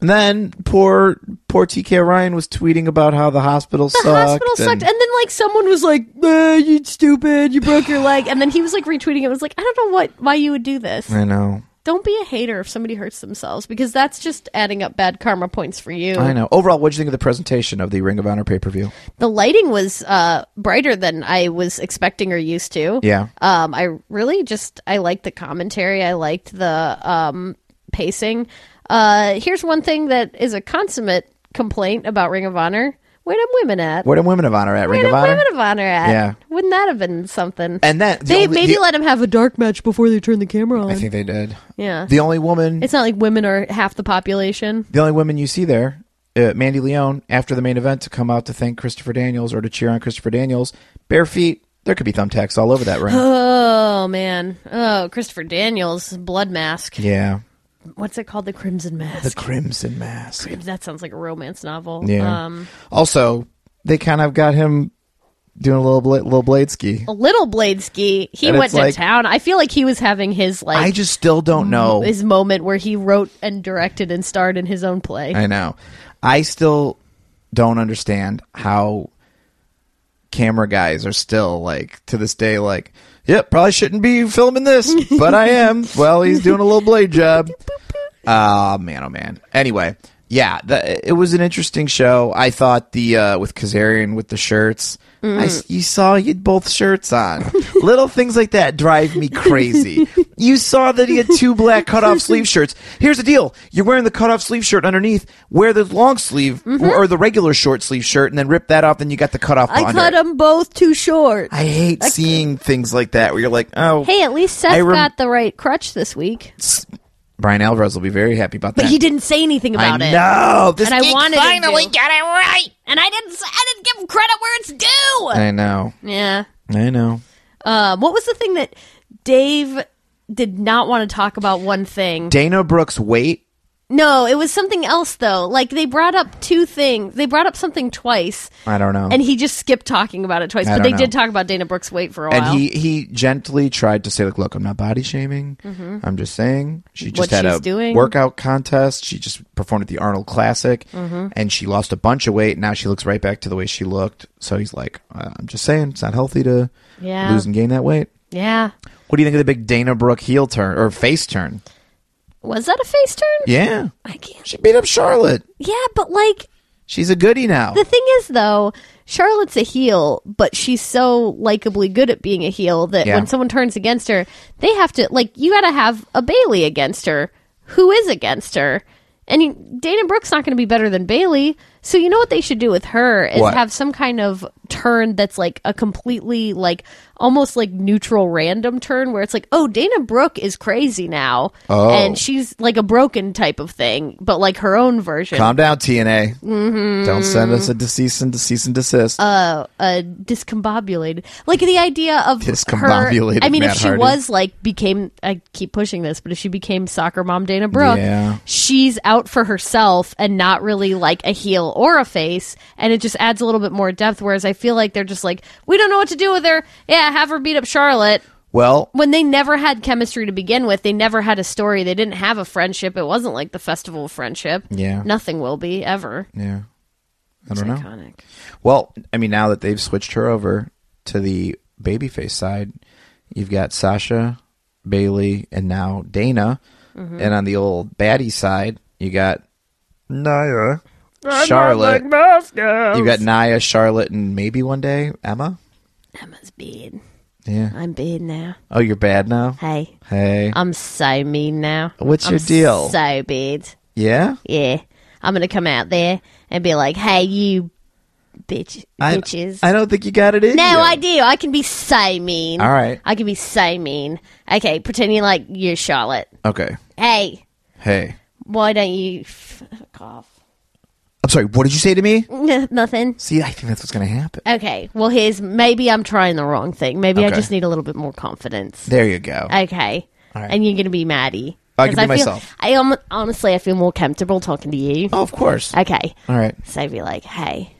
And then poor poor TK Ryan was tweeting about how the hospital
the
sucked.
hospital sucked. And, then like someone was like, "Eh, "You stupid, you broke your leg," and then he was like retweeting it. it. Was like, I don't know what why you would do this.
I know.
Don't be a hater if somebody hurts themselves because that's just adding up bad karma points for you.
I know. Overall, what did you think of the presentation of the Ring of Honor pay per view?
The lighting was uh, brighter than I was expecting or used to.
Yeah.
Um, I really just I liked the commentary. I liked the um, pacing. Uh, here's one thing that is a consummate complaint about Ring of Honor. Where them women at?
Where did Women of Honor at? Ring
Where
of
did
Honor.
Women of Honor at?
Yeah.
Wouldn't that have been something?
and that the
they
only-
maybe
the-
let him have a dark match before they turn the camera on.
I think they did.
yeah.
The only woman,
it's not like women are half the population.
the only woman you see there, uh, Mandy Leone, after the main event to come out to thank Christopher Daniels or to cheer on Christopher Daniels, bare feet. There could be thumbtacks all over that ring.
Oh man. Oh, Christopher Daniels blood mask.
yeah,
What's it called? The Crimson
the
Mask.
Crimson Mask.
that sounds like a romance novel.
Yeah.
Um,
Also, they kind of got him doing a little bla- little blade ski.
a little blade ski. He
And
went
it's
to
like-
town. I feel like he was having his like
I just still don't know.
his moment where he wrote and directed and starred in his own play.
I know. I still don't understand how camera guys are still like to this day like, yep, probably shouldn't be filming this, but I am. Well, he's doing a little blade job. Ah, man, oh man. Anyway, yeah, the, it was an interesting show. I thought the uh, with Kazarian with the shirts. I s you saw you had both shirts on. Little things like that drive me crazy. You saw that he had two black cutoff sleeve shirts. Here's the deal: you're wearing the cutoff sleeve shirt underneath. Wear the long sleeve or, or the regular short sleeve shirt, and then rip that off. Then you got the cutoff.
I
under
cut
it.
them both too short.
I hate seeing things like that where you're like, oh,
uh, hey, at least Seth
I rem-
got the right crutch this week,
Brian Alvarez will be very happy about that.
but he didn't say anything about
I
it.
know. This
And I
geek
wanted
finally
him to.
got-
got it right, and I didn't. s- I didn't give him credit where it's due.
I know.
yeah.
I know.
Um, what was the thing that Dave did not want to talk about? One thing.
Dana Brooks' weight.
No, it was something else though. Like they brought up two things. They brought up something twice,
I don't know.
and he just skipped talking about it twice.
I
But
don't
they
know.
did talk about Dana Brooks' weight for a
and
while.
he he gently tried to say like look i'm not body shaming i'm just saying she just
Mm-hmm. What
had
she's
a
doing.
workout contest she just performed at the arnold classic
Mm-hmm.
and she lost a bunch of weight now she looks right back to the way she looked so he's like uh, i'm just saying it's not healthy to
Yeah.
lose and gain that weight
yeah.
what do you think of the big dana brooke heel turn or face turn
Was that a face turn?
yeah
I can't.
she beat up charlotte
Yeah, but like
she's a goodie now
the thing is though, Charlotte's a heel, but she's so likably good at being a heel that
Yeah.
when someone turns against her, they have to like you got to have a Bailey against her who is against her. And you, Dana Brooks not going to be better than Bailey. So you know what they should do with her is
What?
have some kind of turn that's like a completely like almost like neutral random turn where it's like, "Oh, Dana Brooke is crazy now."
Oh.
And she's like a broken type of thing, but like her own version.
calm down tna don't send us a decease and decease and desist
Mm-hmm. uh, discombobulated. Like the idea of her-
Discombobulated
I mean,
Matt
if she
Hardy.
was like became, I keep pushing this, but if she became soccer mom Dana Brooke,
Yeah.
she's out for herself and not really like a heel or a face, and it just adds a little bit more depth. Whereas I feel like they're just like, we don't know what to do with her. Yeah, have her beat up Charlotte.
well
When they never had chemistry to begin with, they never had a story. They didn't have a friendship. It wasn't like the festival of friendship.
Yeah.
nothing will be ever.
yeah i
It's
don't know
iconic.
Well, I mean, now that they've switched her over to the babyface side, you've got Sasha, Bailey, and now Dana.
Mm-hmm.
And on the old baddie side, you got Naya, Charlotte. You got Naya, Charlotte, and maybe one day Emma.
Emma's bad.
Yeah.
I'm bad now.
Oh, you're bad now.
Hey,
Hey.
I'm so mean now.
What's
I'm
your deal?
So bad.
Yeah.
Yeah, I'm gonna come out there and be like, "Hey, you bitch,
I,
bitches."
I don't think you got it in.
no,
you.
I do. I can be so mean.
All right.
I can be so mean. Okay, pretending like you're Charlotte.
Okay.
Hey,
Hey.
why don't you fuck off?
I'm sorry. What did you say to me?
Nothing.
See, I think that's what's going to happen.
Okay. Well, here's maybe I'm trying the wrong thing. Maybe I
Okay.
just need a little bit more confidence.
There you go.
Okay.
right.
And you're going to be Maddie.
I can
'Cause
be
feel-
myself.
I om- honestly, I feel more comfortable talking to you.
oh, of course.
Okay.
All right.
So I'd be like, hey,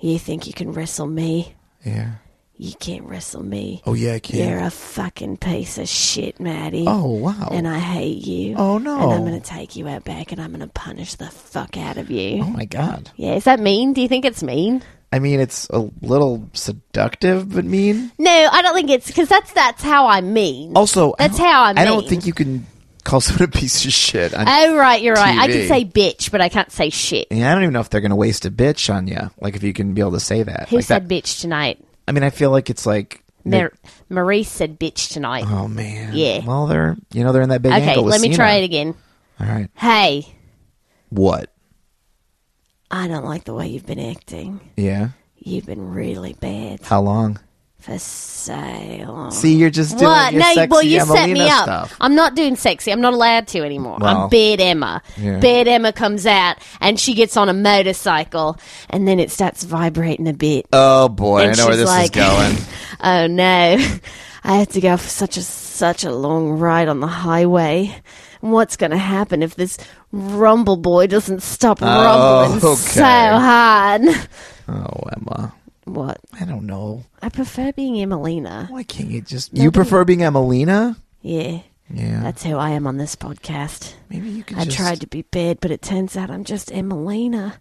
you think you can wrestle me?
Yeah.
You can't wrestle me.
Oh, yeah, I can.
You're a fucking piece of shit, Maddie.
Oh, wow.
And I hate you.
Oh, no.
And I'm going to take you out back and I'm going to punish the fuck out of you.
Oh my god.
Yeah, is that mean? Do you think it's mean?
I mean, it's a little seductive, but mean.
No, I don't think it's because that's that's how I mean.
Also, I
that's
don't-
how I mean.
Oh. I don't think you can call someone a piece of shit. On,
Oh right, you're right. I can
TV.
say bitch, but I can't say shit.
yeah, I don't even know if they're going to waste a bitch on you. Like if you can be able to say that.
Who
like
said
that.
bitch tonight?
I mean, I feel like it's like.
Mar- Marie said bitch tonight.
oh man.
Yeah.
Well, they're you know they're in that big
okay,
angle. with
let me
Cena.
try it again.
All right.
Hey,
What?
I don't like the way you've been acting.
Yeah.
You've been really bad
How long?
for so long.
See, you're just doing
what?
your
No,
sexy
well, you set
Emelina
me up.
stuff.
I'm not doing sexy. I'm not allowed to anymore.
Well.
I'm Bad Emma.
Yeah.
Bad Emma comes out and she gets on a motorcycle and then it starts vibrating a bit.
Oh boy,
and
I know where
she's
this is
like,
going.
oh no, I have to go for such a such a long ride on the highway. What's going to happen if this rumble boy doesn't stop rumbling
Oh, okay.
so hard?
oh Emma,
What?
I don't know.
I prefer being Emelina.
Why can't you just? You prefer being Emelina?
Yeah,
Yeah.
that's who I am on this podcast.
Maybe you could.
I
just-
tried to be bad, but it turns out I'm just Emelina.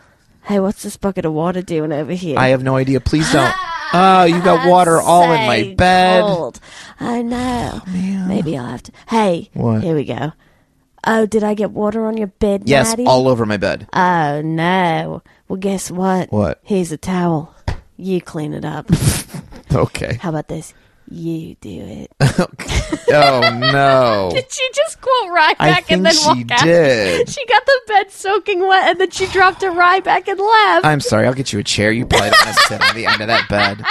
hey, what's this bucket of water doing over here?
I have no idea. Please don't. Oh, you got water all in my
So
bed. Oh,
cold. I know.
man.
Maybe I'll have to. Hey,
What?
here we go. Oh, did I get water on your bed,
Yes,
Maddie?
all over my bed.
oh no. Well, guess what?
What?
Here's a towel. You clean it up.
Okay.
How about this? You do it.
oh no.
Did she just quote Ryback
I
and
think
then
she
walk out?
did.
She got the bed soaking wet and then she dropped a Ryback and left.
I'm sorry. I'll get you a chair. You probably don't want to sit on the end of that bed.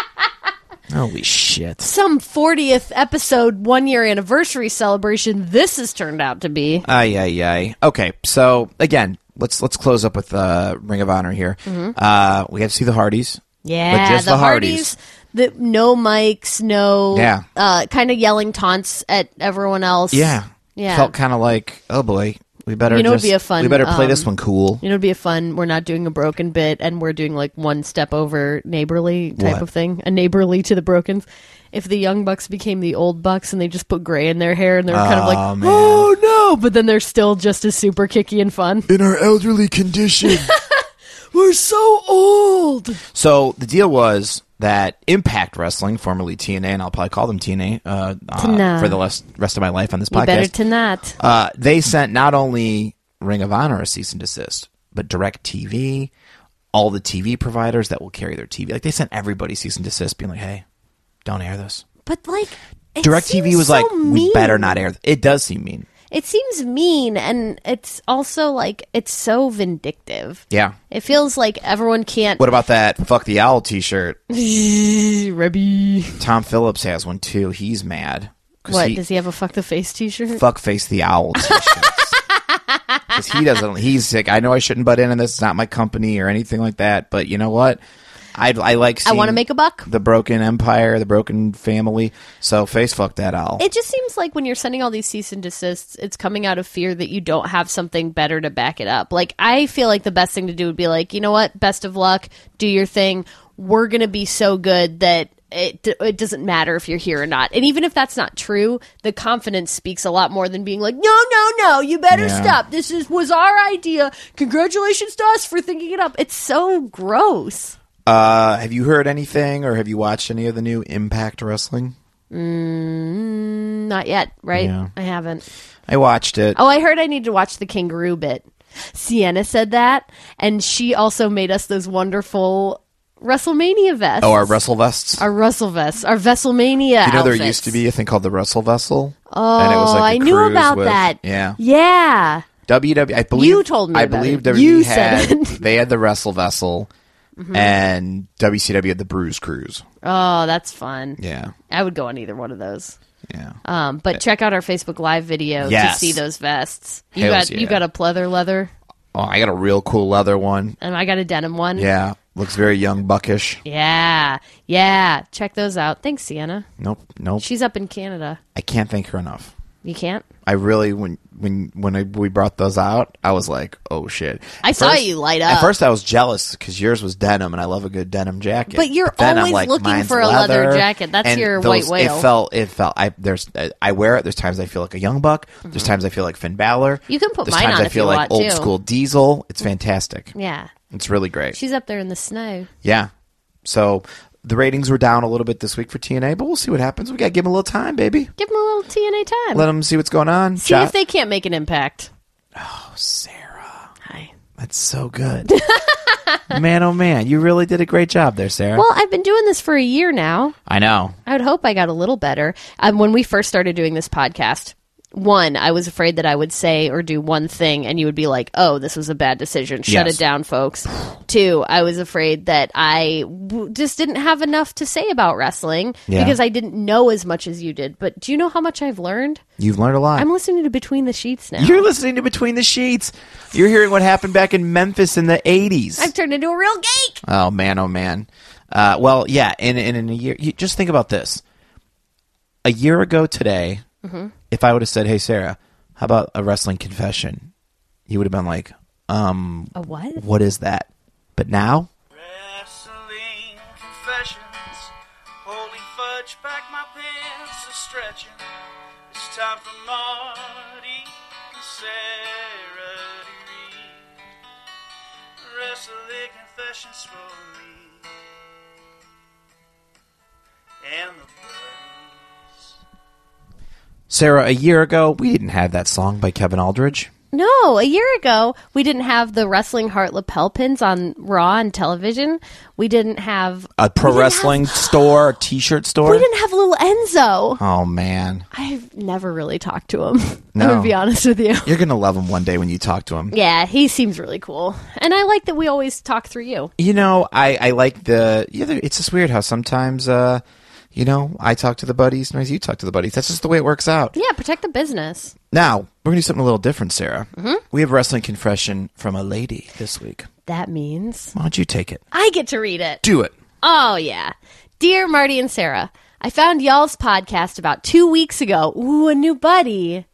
Holy shit.
Some 40th episode one year anniversary celebration this has turned out to be.
Ay ay ay. Okay, so again, let's let's close up with uh, Ring of Honor here.
Mm-hmm.
Uh, we have to see the Hardys.
Yeah,
but just
the, Hardys. The, no mics, no
Yeah.
uh, kind of yelling taunts at everyone else.
Yeah,
Yeah.
Felt kind of like, oh boy, we better.
You know what'd
just,
be a fun,
We better play
um,
this one cool.
You know, it'd be a fun. We're not doing a broken bit, and we're doing like one step over neighborly type
What?
of thing, a neighborly to the Brokens. If the young bucks became the old bucks, and they just put gray in their hair, and they're kind of like,
man.
oh no, but then they're still just as super kicky and fun.
In our elderly condition.
We're so old.
so the deal was that Impact Wrestling, formerly TNA, and I'll probably call them TNA uh, uh,
Tonight.
for the rest rest of my life on this
You better
podcast.
to not.
uh, they sent not only Ring of Honor a cease and desist, but Direct TV, all the TV providers that will carry their TV. Like they sent everybody cease and desist, being like, "Hey, don't air this."
But like, it
Direct TV
seems
was
so
like, "We
mean.
better not air." Th-. It does seem mean.
It seems mean, and it's also like it's so vindictive.
Yeah.
It feels like everyone can't.
What about that "fuck the owl" T-shirt?
Rebbe.
Tom Phillips has one too. He's mad. 'Cause
What does he have a fuck the face T-shirt?
fuck face the owl t-shirts. 'Cause he doesn't. He's like, I know I shouldn't butt in on this. It's not my company or anything like that. But you know what? I I like.
I wanna
seeing
make a buck.
The broken empire, the broken family. So face fuck that owl.
It just seems like when you're sending all these cease and desists, it's coming out of fear that you don't have something better to back it up. Like, I feel like the best thing to do would be like, you know what? Best of luck. Do your thing. We're going to be so good that it, it doesn't matter if you're here or not. And even if that's not true, the confidence speaks a lot more than being like, no, no, no, you better
Yeah.
stop. This is, was our idea. Congratulations to us for thinking it up. It's so gross.
uh, have you heard anything or have you watched any of the new Impact Wrestling?
Not yet, right?
Yeah.
I haven't.
I watched it.
Oh, I heard I need to watch the kangaroo bit. Sienna said that, and she also made us those wonderful WrestleMania vests.
Oh, our Wrestle vests.
our Russell vests, our WrestleMania.
you know, there
outfits.
used to be a thing called the Wrestle Vessel. Oh, and it was
Oh,
like a
I knew
cruise
about
with-
that.
Yeah.
yeah.
WW. I believe
You told me
I
about
believe
it.
WWE
You
had
said it. Mm-hmm.
they had the Wrestle Vessel, and WCW had the Bruise Cruise.
Oh, that's fun.
Yeah,
I would go on either one of those.
yeah.
Um, but check out our Facebook Live video
Yes.
to see those vests. You
Hells
got
yeah.
you got a pleather leather,
oh, I got a real cool leather one.
and I got a denim one.
Yeah, looks very young buckish.
yeah, yeah. Check those out. Thanks, Sienna.
Nope, nope.
She's up in Canada.
I can't thank her enough.
You can't.
I really when when when I, we brought those out, I was like, oh shit.
I
At
saw you light
At
up.
first, I was jealous because yours was denim, and I love a good denim jacket.
But you're
then I'm
always
like,
looking
mine's
for a leather jacket. That's
and
your
those-
white whale.
It felt. It felt. I there's. I- I wear it. There's times I feel like a young buck. There's times I feel like Finn Balor.
Mm-hmm. You can put
there's
mine
times
on
I
if
feel
you
like
want
old
to.
school Diesel. It's fantastic.
Yeah.
It's really great.
She's up there in the snow.
yeah. So the ratings were down a little bit this week for TNA, but we'll see what happens. We got to give them a little time, baby.
Give them a little TNA time.
Let them see what's going on.
See
Ja-
if they can't make an impact.
Sarah.
Hi.
That's so good. man, oh man, you really did a great job there, Sarah.
Well, I've been doing this for a year now.
I know.
I would hope I got a little better. Um, when we first started doing this podcast, one, I was afraid that I would say or do one thing and you would be like, oh, this was a bad decision. Shut
Yes.
it down, folks. Two, I was afraid that I w- just didn't have enough to say about wrestling
Yeah.
because I didn't know as much as you did. But do you know how much I've learned?
You've learned a lot.
I'm listening to Between the Sheets now.
You're listening to Between the Sheets. You're hearing what happened back in Memphis in the 80s.
I've turned into a real geek.
oh, man, oh, man. Uh, well, yeah, and, and in a year, you, just think about this. A year ago today,
Mm-hmm.
if I would have said, hey, Sarah, how about a wrestling confession? You would have been like, um,
A what?
what is that? But now,
Wrestling confessions. Holy fudge, pack my pants are stretching. It's time for Marty and Sarah to read. Wrestling confessions for me. And the boys.
Sarah, a year ago, we didn't have that song by Kevin Aldridge.
No, a year ago, we didn't have the Wrestling Heart lapel pins on Raw and television. We didn't have
A pro
we didn't
wrestling
have-
store, a t-shirt store.
we didn't have little Enzo.
oh man,
I've never really talked to him. I'm
No.
gonna be honest with you.
you're gonna love him one day when you talk to him.
Yeah, he seems really cool, and I like that we always talk through you.
You know, I I like the yeah. there- It's just weird how sometimes uh, you know, I talk to the buddies, sometimes you talk to the buddies. That's just the way it works out.
Yeah, protect the business.
Now we're gonna do something a little different, Sarah.
Mm-hmm.
We have wrestling confession from a lady this week.
That means
Why don't you take it?
I get to read it.
Do it.
Oh, yeah. Dear Marty and Sarah, I found y'all's podcast about two weeks ago. Ooh, a new buddy.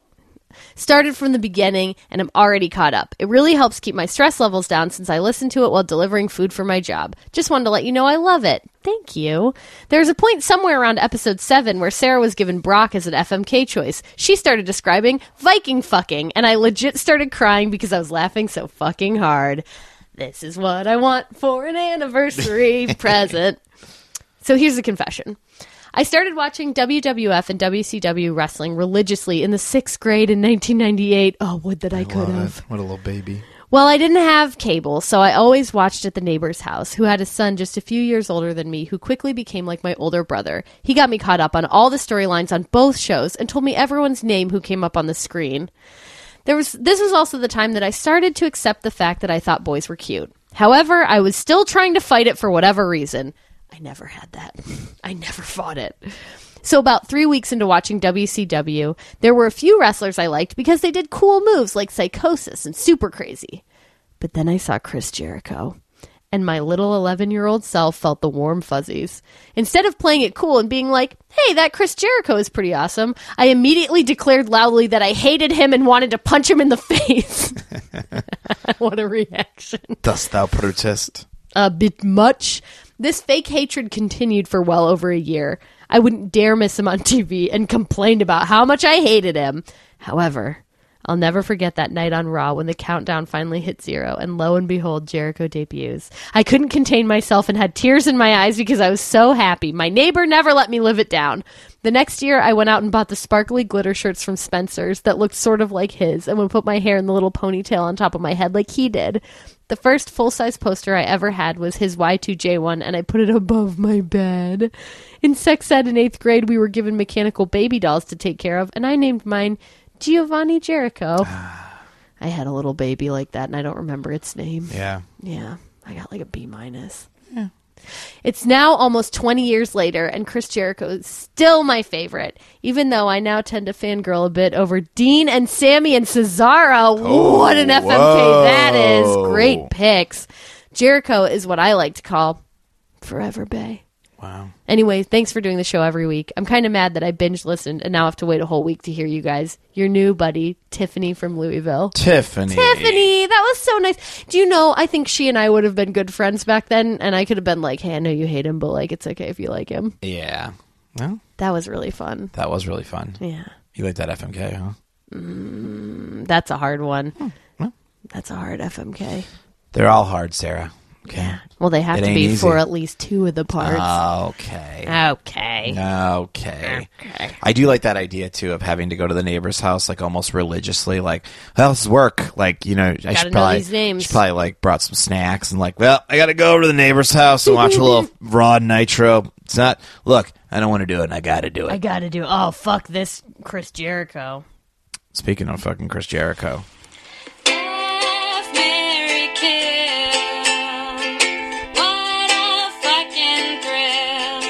Started from the beginning and I'm already caught up. It really helps keep my stress levels down since I listen to it while delivering food for my job. Just wanted to let you know I love it. Thank you. There's a point somewhere around episode 7 where Sarah was given Brock as an FMK choice. She started describing Viking fucking, and I legit started crying because I was laughing so fucking hard. This is what I want for an anniversary present. So here's a confession. I started watching WWF and WCW wrestling religiously in the sixth grade in 1998. Oh, would that I, could have.
What a little baby.
Well, I didn't have cable, so I always watched at the neighbor's house, who had a son just a few years older than me, who quickly became like my older brother. He got me caught up on all the storylines on both shows and told me everyone's name who came up on the screen. There was this was also the time that I started to accept the fact that I thought boys were cute. However, I was still trying to fight it for whatever reason. I never had that. I never fought it. So about 3 weeks into watching WCW, there were a few wrestlers I liked because they did cool moves like psychosis and super crazy. But then I saw Chris Jericho, and my little 11 year old self felt the warm fuzzies. Instead of playing it cool and being like, hey, that Chris Jericho is pretty awesome, I immediately declared loudly that I hated him and wanted to punch him in the face. what a reaction
Dost thou protest?
a bit much. This fake hatred continued for well over a year. I wouldn't dare miss him on TV and complained about how much I hated him. However, I'll never forget that night on Raw when the countdown finally hit zero, and lo and behold, Jericho debuts. I couldn't contain myself and had tears in my eyes because I was so happy. My neighbor never let me live it down. The next year, I went out and bought the sparkly glitter shirts from Spencer's that looked sort of like his, and would put my hair in the little ponytail on top of my head like he did. The first full size poster I ever had was his Y2J1, and I put it above my bed. In sex ed in eighth grade, we were given mechanical baby dolls to take care of, and I named mine Giovanni Jericho. I had a little baby like that, and I don't remember its name.
Yeah.
Yeah, I got like a B minus. It's now almost 20 years later, and Chris Jericho is still my favorite, even though I now tend to fangirl a bit over Dean and Sammy and Cesaro. what an FMK that is!
Oh, whoa.
Great picks. Jericho is what I like to call Forever Bay.
Wow.
Anyway, thanks for doing the show every week. I'm kind of mad that I binge listened and now have to wait a whole week to hear you guys. Your new buddy, Tiffany from Louisville.
Tiffany.
Tiffany, that was so nice. Do you know? I think she and I would have been good friends back then, and I could have been like, "Hey, I know you hate him, but like, it's okay if you like him."
Yeah. Well,
That was really fun.
that was really fun.
Yeah,
You like that FMK, huh?
that's a hard one. That's a hard FMK.
They're all hard, Sarah. Okay.
Well, they have
It
to
ain't
be
easy. Uh,
for at least two of the parts.
Okay.
okay.
Okay. I do like that idea too of having to go to the neighbor's house like almost religiously, like, well, this is work. Like, you know, I
know
should probably,
these names.
should probably like brought some snacks and like, well, I gotta go over to the neighbor's house and watch a little raw nitro. It's not look, I don't want to do it and I gotta do it.
I gotta do. Oh fuck this, Chris Jericho.
Speaking of fucking Chris Jericho.
Laugh, Mary, kill. What a fucking thrill.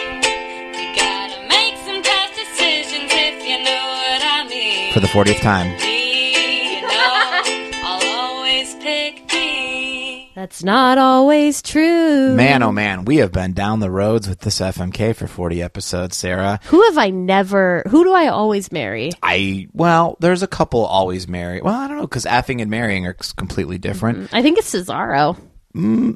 You gotta make some tough decisions if you know what I mean.
For the fortieth time.
You know, I'll always pick me.
That's not always true.
Man, oh man, we have been down the roads with this FMK for forty episodes, Sarah.
Who have I never? Who do I always marry?
I well, there's a couple always marry. Well, I don't know because effing and marrying are completely different.
I think it's Cesaro.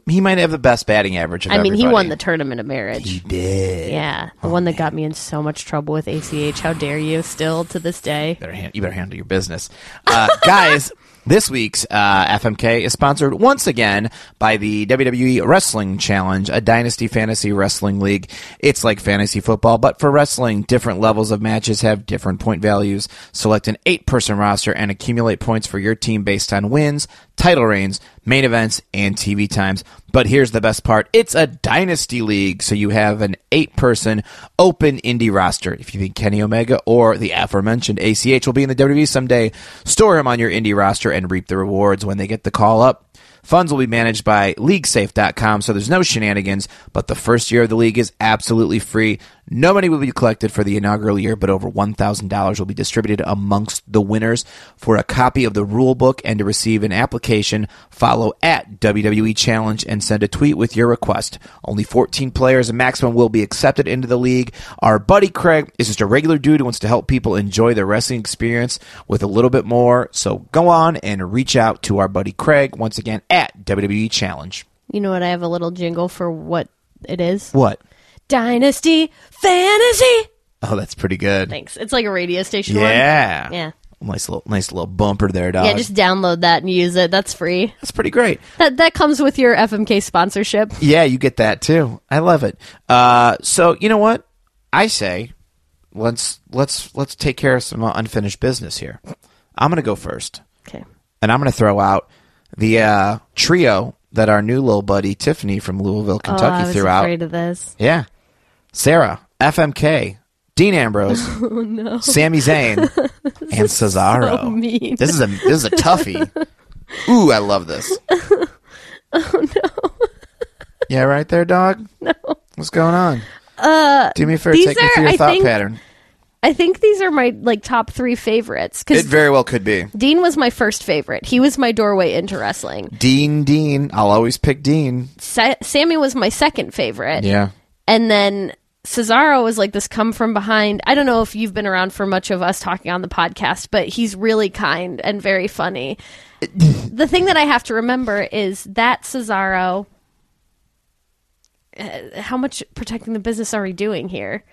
He might have the best batting average. Of
I mean, he
everybody.
won the tournament of marriage.
He did. Oh,
Yeah, the one that got me in so much trouble with ACH. How dare you? Still to this day.
Better hand, you better handle your business, uh, guys.
This week's uh, FMK is sponsored once again by the WWE Wrestling Challenge, a dynasty fantasy wrestling league. It's like fantasy football, but for wrestling, different levels of matches have different point values. Select an eight person roster and accumulate points for your team based on wins, title reigns, main events, and TV times. But here's the best part it's a dynasty league, so you have an eight person open indie roster. If you think Kenny Omega or the aforementioned ACH will be in the WWE someday, store him on your indie roster and reap the rewards when they get the call up. Funds will be managed by leaguesafe.com, so there's no shenanigans, but the first year of the league is absolutely free. No money will be collected for the inaugural year, but over $1,000 will be distributed amongst the winners. For a copy of the rule book and to receive an application, follow at WWE E Challenge and send a tweet with your request. Only 14 players maximum will be accepted into the league. Our buddy Craig is just a regular dude who wants to help people enjoy their wrestling experience with a little bit more, so go on and reach out to our buddy Craig once again at WWE Challenge.
You know what? I have a little jingle for what it is.
What?
Dynasty fantasy.
Oh, that's pretty good.
Thanks. It's like a radio station. one.
Yeah.
Yeah.
Nice little, nice little bumper there, dog.
Uh,
Yeah, just download that and use it. That's free.
that's pretty great.
That that comes with your FMK sponsorship.
Yeah, you get that too. I love it. Uh, so you know what I say? Let's let's let's take care of some uh, unfinished business here. I'm gonna go first,
Okay.
and I'm gonna throw out the uh, trio that our new little buddy Tiffany from Louisville,
Oh,
Kentucky,
I was
threw out.
afraid of this.
Yeah, Sarah, FMK, Dean Ambrose, oh, no. Sami Zayn, and Cesaro.
mean.
This is a this is a toughie. Ooh, I love this. oh no. yeah, right there, dog. No. What's going on? Uh, Do me a favor,
these
take me
are,
through your
I
thought
think-
pattern.
I think these are my like top three favorites
It
because
very well could be
Dean was my first favorite. He was my doorway into wrestling.
Dean. Dean, I'll always pick Dean.
Sa- Sammy was my second favorite.
Yeah,
and then Cesaro was like this come from behind. I don't know if you've been around for much of us talking on the podcast, but he's really kind and very funny. the thing that I have to remember is that Cesaro. Uh, How much protecting the business are we doing here?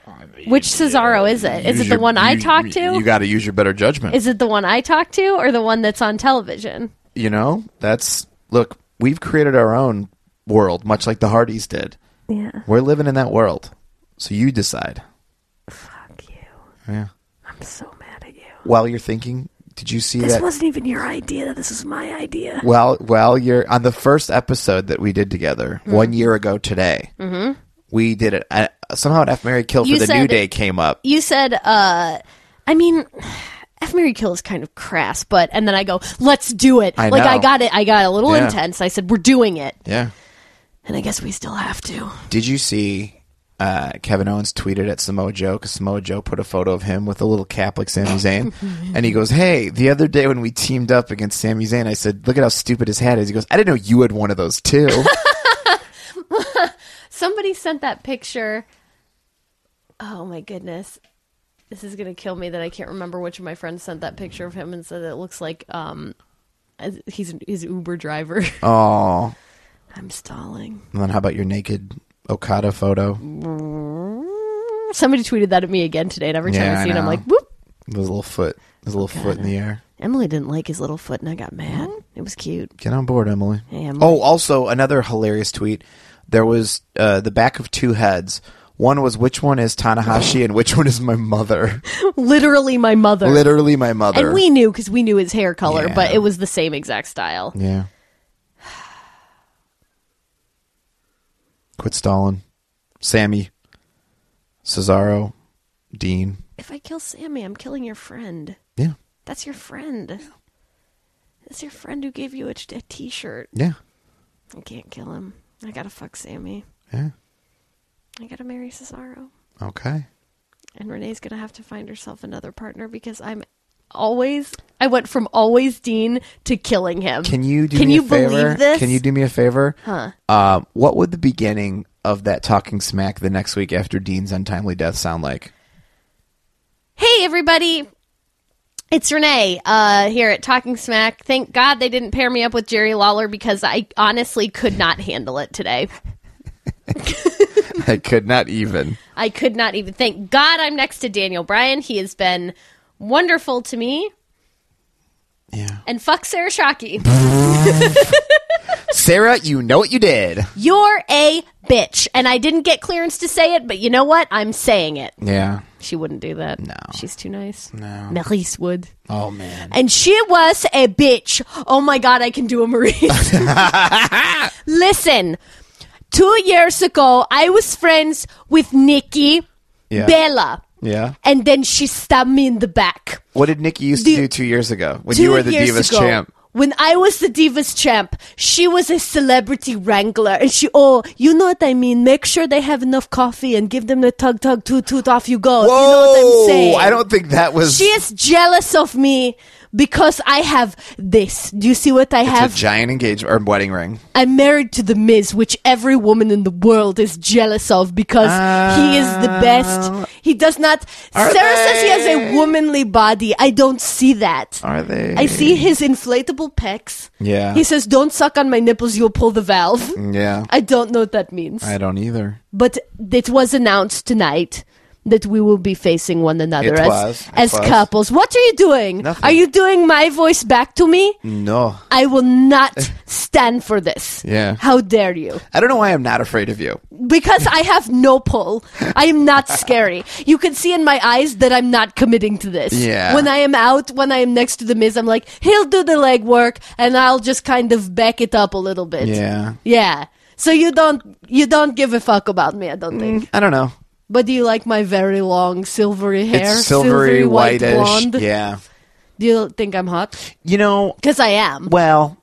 Which Cesaro is it? Is it the one I talked to?
You got to use your better judgment.
is it the one I talked to, or the one that's on television?
you know, that's look. We've created our own world, much like the Hardys did.
Yeah,
We're living in that world, so you decide.
fuck you.
Yeah.
I'm so mad at you.
While you're thinking, did you see that?
wasn't even your idea. This was my idea.
Well, well, you're on the first episode that we did together
Mm-hmm.
one year ago today. Mm-hmm. We did it uh, somehow. An F Mary Kill for
You
the New
said-
Day came up.
you said uh i mean F Mary Kill is kind of crass, but and then I go, let's do it.
I
like I
know.
got it. I got a little
Yeah.
intense. I said, we're doing it,
Yeah.
and I guess we still have to.
Did you see? Uh, Kevin Owens tweeted at Samoa Joe because Samoa Joe put a photo of him with a little cap like Sami Zayn, and he goes, "Hey, the other day when we teamed up against Sami Zayn, I said, look at how stupid his hat is." He goes, "I didn't know you had one of those too."
Somebody sent that picture. Oh my goodness, this is gonna kill me that I can't remember which of my friends sent that picture of him and said it looks like um, as- he's an- his Uber driver.
Oh,
I'm stalling.
and then how about your naked Okada photo?
Somebody tweeted that at me again today, and every time
Yeah, I
I see it, I'm
know.
like, whoop.
His little foot, his little foot in the air.
Emily didn't like his little foot, and I got mad. It was cute.
Get on board, Emily.
Hey, Emily.
Oh, also another hilarious tweet. There was uh, the back of two heads. One was which one is Tanahashi and which one is my mother.
literally my mother.
Literally my mother.
And we knew because we knew his hair color,
Yeah.
but it was the same exact style.
yeah. Quit stalling. Sammy, Cesaro, Dean.
If I kill Sammy, I'm killing your friend.
Yeah.
That's your friend. That's your friend who gave you a t- a t-shirt.
Yeah.
I can't kill him. I gotta fuck Sammy.
Yeah.
I gotta marry Cesaro.
Okay.
And Renee's gonna have to find herself another partner because I'm always. I went from always Dean to killing him.
Can you do
Can
me
you
a favor?
believe this?
Can you do me a favor? Huh. Um, what would the beginning of that talking smack the next week after Dean's untimely death sound like?
Hey, everybody. It's Renee uh, here at Talking Smack. Thank God they didn't pair me up with Jerry Lawler because I honestly could not handle it today.
I could not even.
I could not even. Thank God I'm next to Daniel Bryan. He has been wonderful to me.
Yeah.
And fuck Sarah Shockey.
Sarah, you know what you did.
You're a bitch. And I didn't get clearance to say it, but you know what? I'm saying it.
Yeah.
She wouldn't do that. No. She's too nice. No. Maurice would.
Oh man.
And she was a bitch. Oh my God, I can do a Maurice. Listen, two years ago, I was friends with Nikki
Yeah.
Bella.
Yeah.
And then she stabbed me in the back.
What did Nikki used
The-
to do two years ago when
two
you were the
years
Divas
ago,
champ?
When I was the Divas champ, she was a celebrity wrangler, and she, oh, you know what I mean. Make sure they have enough coffee and give them the tug, tug, toot, toot. Off you go. you know what I'm saying?
Oh, I don't think that was
She is jealous of me because I have this. Do you see what I
it's a
have?
giant engagement or wedding ring.
I'm married to the Miz, which every woman in the world is jealous of because he is the best. He does not. Sarah says he has a
Ah. they?
womanly body. I don't see that.
Are they?
I see his inflatable pecs.
Yeah. Mm.
He says, "Don't suck on my nipples; you'll pull the valve."
Yeah.
I don't know what that means,
I don't either.
but it was announced tonight that we will be facing one another
It
as
was. It
as
was.
couples. What are you doing?
Nothing. Mm.
Are you doing my voice back to me?
No.
I will not stand for this.
Yeah.
How dare you?
I don't know why I'm not afraid of you.
Because I have no pull. I am not scary. You can see in my eyes that I'm not committing to this.
Yeah.
When I am out, when I am next to the Miz, I'm like, he'll do the legwork, and I'll just kind of back it up a little bit.
Yeah.
Yeah. So you don't you don't give a fuck about me, I don't think.
I don't know.
But do you like my very long silvery hair,
it's silvery, whitish.
blonde?
Yeah.
Do you think I'm hot?
You know,
Because I am.
well,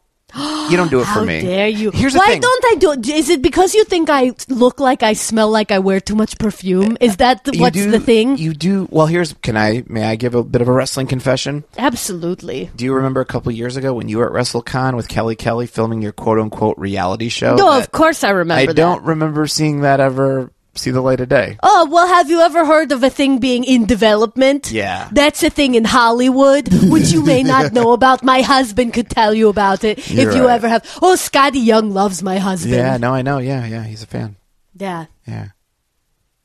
you don't do it
How
for me.
dare you?
Here's the
Why
thing.
don't I do? Is it because you think I look like I smell like I wear too much perfume? Is that th-
Uh, You
what's
do-
the thing?
You do. Well, here's. Can I? May I give a bit of a wrestling confession?
Absolutely.
Do you remember a couple years ago when you were at WrestleCon with Kelly Kelly filming your quote unquote reality show?
no,
that-
Oh, of course I remember.
I
that.
don't remember seeing that ever see the light of day.
Oh well, have you ever heard of a thing being in development?
Yeah.
that's a thing in Hollywood, which you may not know about. My husband could tell you about it
You're
if you
right.
ever have. Oh, Scotty Young loves my husband.
Yeah, no, I know. Yeah, yeah, he's a fan.
Yeah.
Yeah.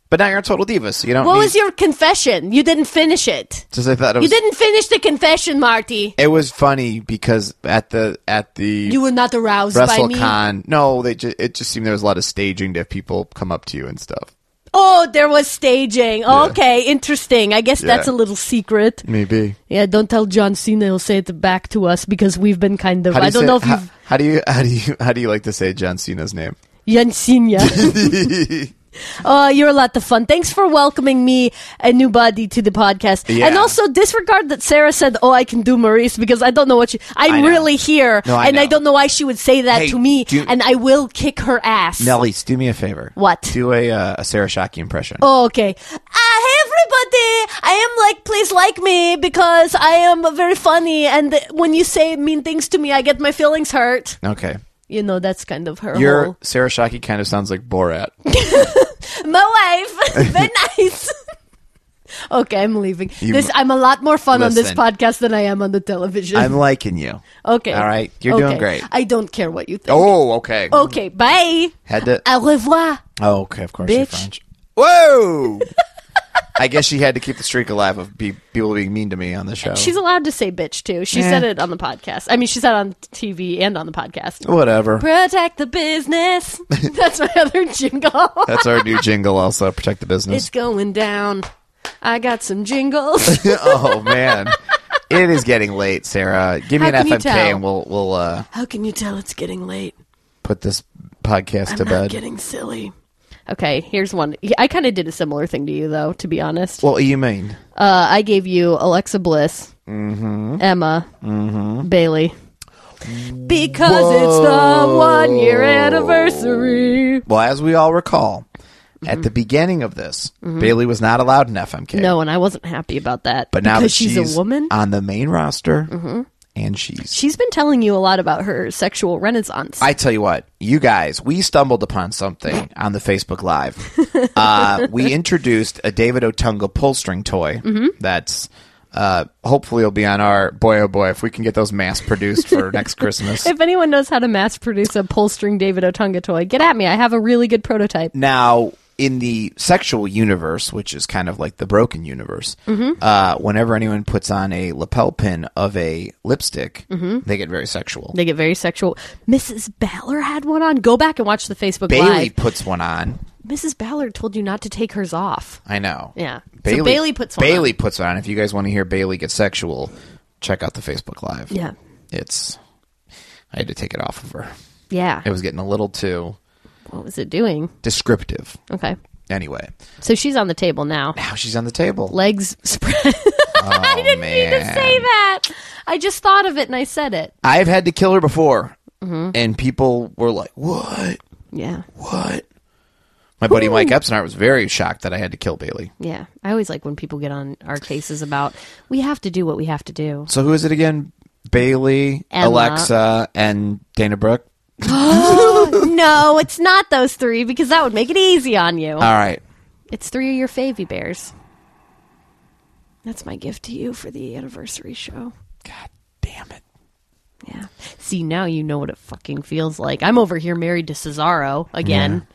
But now you're a total diva, so you don't.
What
need,
was your confession? You didn't finish it.
Just I thought it
You
was.
didn't finish the confession, Marty.
It was funny because at the at the
You were not aroused by me.
WrestleCon, no, they ju- it just seemed there was a lot of staging to have people come up to you and stuff.
Oh, there was staging. Okay, interesting. I guess that's a
Yeah.
little secret.
Maybe.
Yeah, don't tell John Cena. He'll say it back to us because we've been kind of.
How do you
I don't
say-
know if
how, how
you've
do you how do you how do you like to say John Cena's name?
John Cena. Oh, you're a lot of fun. Thanks for welcoming me, a new body, to the podcast.
Yeah.
And also disregard that Sarah said, "Oh, I can do Maurice," because I don't know what she. I'm
I know.
really here,
No, I
and I
know.
don't know why she would say that
Hey,
to me.
do you-
and I will kick her ass.
Nellies, do me a favor.
What?
Do a uh, a Sarah Shockey impression.
Oh, okay. Uh, hey, everybody! I am like, please like me because I am very funny, and when you say mean things to me, I get my feelings hurt.
Okay.
You know, that's kind of her
Your
whole.
Sarah Shockey kind of sounds like Borat.
My wife! very nice! okay, I'm leaving.
You-
this I'm a lot more fun on this
Listen.
podcast than I am on the television.
I'm liking you.
okay.
All right, you're doing
Okay.
great.
I don't care what you think.
Oh, okay.
Okay, bye!
Had to.
Au revoir!
Oh, okay. Of course, you're
Bitch.
French. Whoa. I guess she had to keep the streak alive of be- people being mean to me on the show.
She's allowed to say bitch too. She
Oh. Eh.
said it on the podcast. I mean, she said it on TV and on the podcast.
Whatever.
Protect the business. That's my other jingle.
That's our new jingle. Also, protect the
it's
business.
going down. I got some jingles.
oh man, it is getting late, Sarah. Give me an
How can you
FMK,
tell?
and we'll we'll uh,
How can you tell it's getting late?
put this podcast to
I'm not
bed.
getting silly. Okay, here's one. I kind of did a similar thing to you, though, to be honest.
What do you mean?
Uh, I gave you Alexa Bliss,
Mm-hmm.
Emma, Bailey. Because it's the one year anniversary.
Well, as we all recall, at the beginning of this, Bailey was not allowed in FMK.
Mm-hmm. No, and I wasn't happy about that.
but now
because
that she's,
a woman, Mm-hmm.
on the main roster, and she's
she's been telling you a lot about her sexual renaissance.
I tell you what, you guys, we stumbled upon something on the Facebook Live. Uh, we introduced a David Otunga pull string toy
Mm-hmm.
that's uh, hopefully will be on our boy oh boy if we can get those mass produced for next Christmas.
If anyone knows how to mass produce a pull string David Otunga toy, get at me. I have a really good prototype.
Now, in the sexual universe, which is kind of like the broken universe,
Mm-hmm.
uh, whenever anyone puts on a lapel pin of a lipstick,
Mm-hmm.
they get very sexual.
They get very sexual. Mrs. Ballard had one on. Go back and watch the Facebook
Bailey
Live.
puts one on.
Mrs. Ballard told you not to take hers off.
I know.
Yeah. So Bailey puts one
Bailey
on.
puts one on. If you guys want to hear Bailey get sexual, check out the Facebook Live.
Yeah.
It's. I had to take it off of her.
Yeah.
It was getting a little too
What was it doing?
descriptive.
Okay.
Anyway,
So she's on the table now.
now she's on the table.
Legs spread. I didn't mean to
Oh, man.
say that. I just thought of it and I said it.
I've had to kill her before,
Mm-hmm.
and people were like, "What?
Yeah.
What?" My buddy Mike Epstein was very shocked that I had to kill Bailey.
Yeah. I always like when people get on our cases about we have to do what we have to do.
So who is it again? Bailey,
Emma.
Alexa, and Dana Brooke.
no, it's not those three because that would make it easy on you.
All right,
It's three of your favy bears. That's my gift to you for the anniversary show.
God damn it.
Yeah. See, now you know what it fucking feels like. I'm over here married to Cesaro again.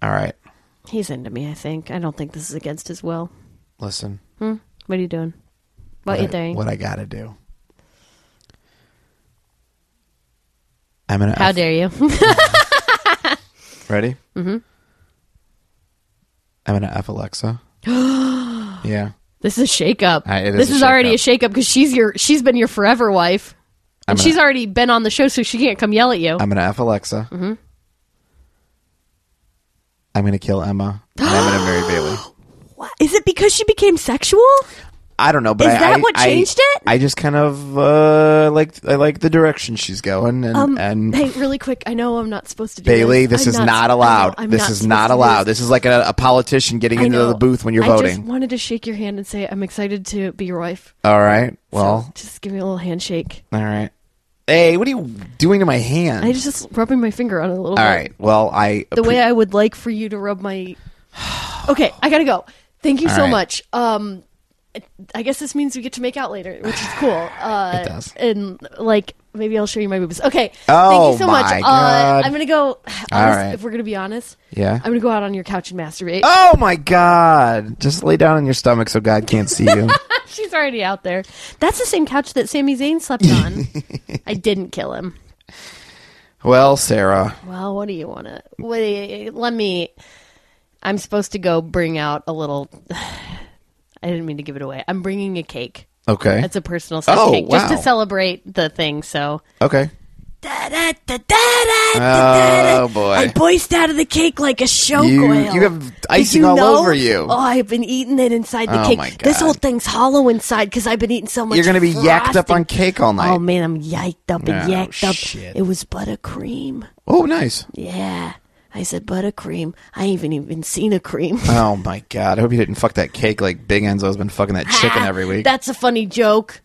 All right,
He's into me, I think. I don't think this is against his will.
listen.
What are you doing? What are you
I-
doing?
Uh, What I gotta do? I'm gonna.
How dare you?
Ready? Mm-hmm. I'm gonna f Alexa. yeah.
this is a shakeup.
Uh, it is
this
a
is already a
shakeup.
shakeup because she's your she's been your forever
I'm
wife. And
gonna- Uh,
she's already been on the show, so she can't come yell at you.
I'm gonna f Alexa. Mm-hmm. I'm gonna kill Emma. And I'm gonna marry Bailey.
Is it because she became sexual?
I don't know, but
Is
I,
that
I-
what
I-
changed it?
I just kind of uh, like I like the direction she's going, and and
Um, hey, really quick, I know I'm not supposed to do
Bailey,
this.
this
I'm
is not,
I know,
allowed.
I'm
this is not
supposed to do
allowed. This is like a, a politician getting
I
into
know.
the booth when you're
I just
voting.
wanted to shake your hand and say I'm excited to be your wife.
All right.
So
Well,
just give me a little handshake.
all right. Hey, what are you doing to my hand?
I was just rubbing my finger on it a little.
all
bit.
right. Well, I
The way I would like for you to rub my. Okay, I gotta go. Thank you
All
so
right.
much. Um, I guess this means we get to make out later, which is cool. Uh,
It does.
And like maybe I'll show you my boobs. Okay.
Oh,
thank you so much.
my
Uh,
God.
I'm gonna go. Honest,
right.
If we're gonna be honest,
Yeah.
I'm gonna go out on your couch and masturbate.
Oh my God! Just lay down on your stomach so God can't see you.
She's already out there. That's the same couch that Sami Zayn slept on. I didn't kill him.
well, Sarah.
Well, what do you want to? Wait, let me. I'm supposed to go bring out a little. I didn't mean to give it away. I'm bringing a cake.
Okay.
It's a personal size
Oh,
cake just to
wow.
celebrate the thing. So.
okay.
Oh
Oh, boy.
I voiced out of the cake like a show
You-
quail.
you have
Oh, Did
icing
you
all
know?
over you.
Oh, I've been eating it inside the
Oh,
cake.
my
This
God.
whole thing's hollow inside because I've been eating so much.
You're gonna be yacked up
frosting.
on cake all night.
Oh man, I'm yiked up and
Oh,
yacked up.
shit.
It was buttercream.
oh, nice.
Yeah. I said buttercream. I haven't even seen a cream.
Oh my god! I hope you didn't fuck that cake like Big Enzo's been fucking that chicken every week.
That's a funny joke.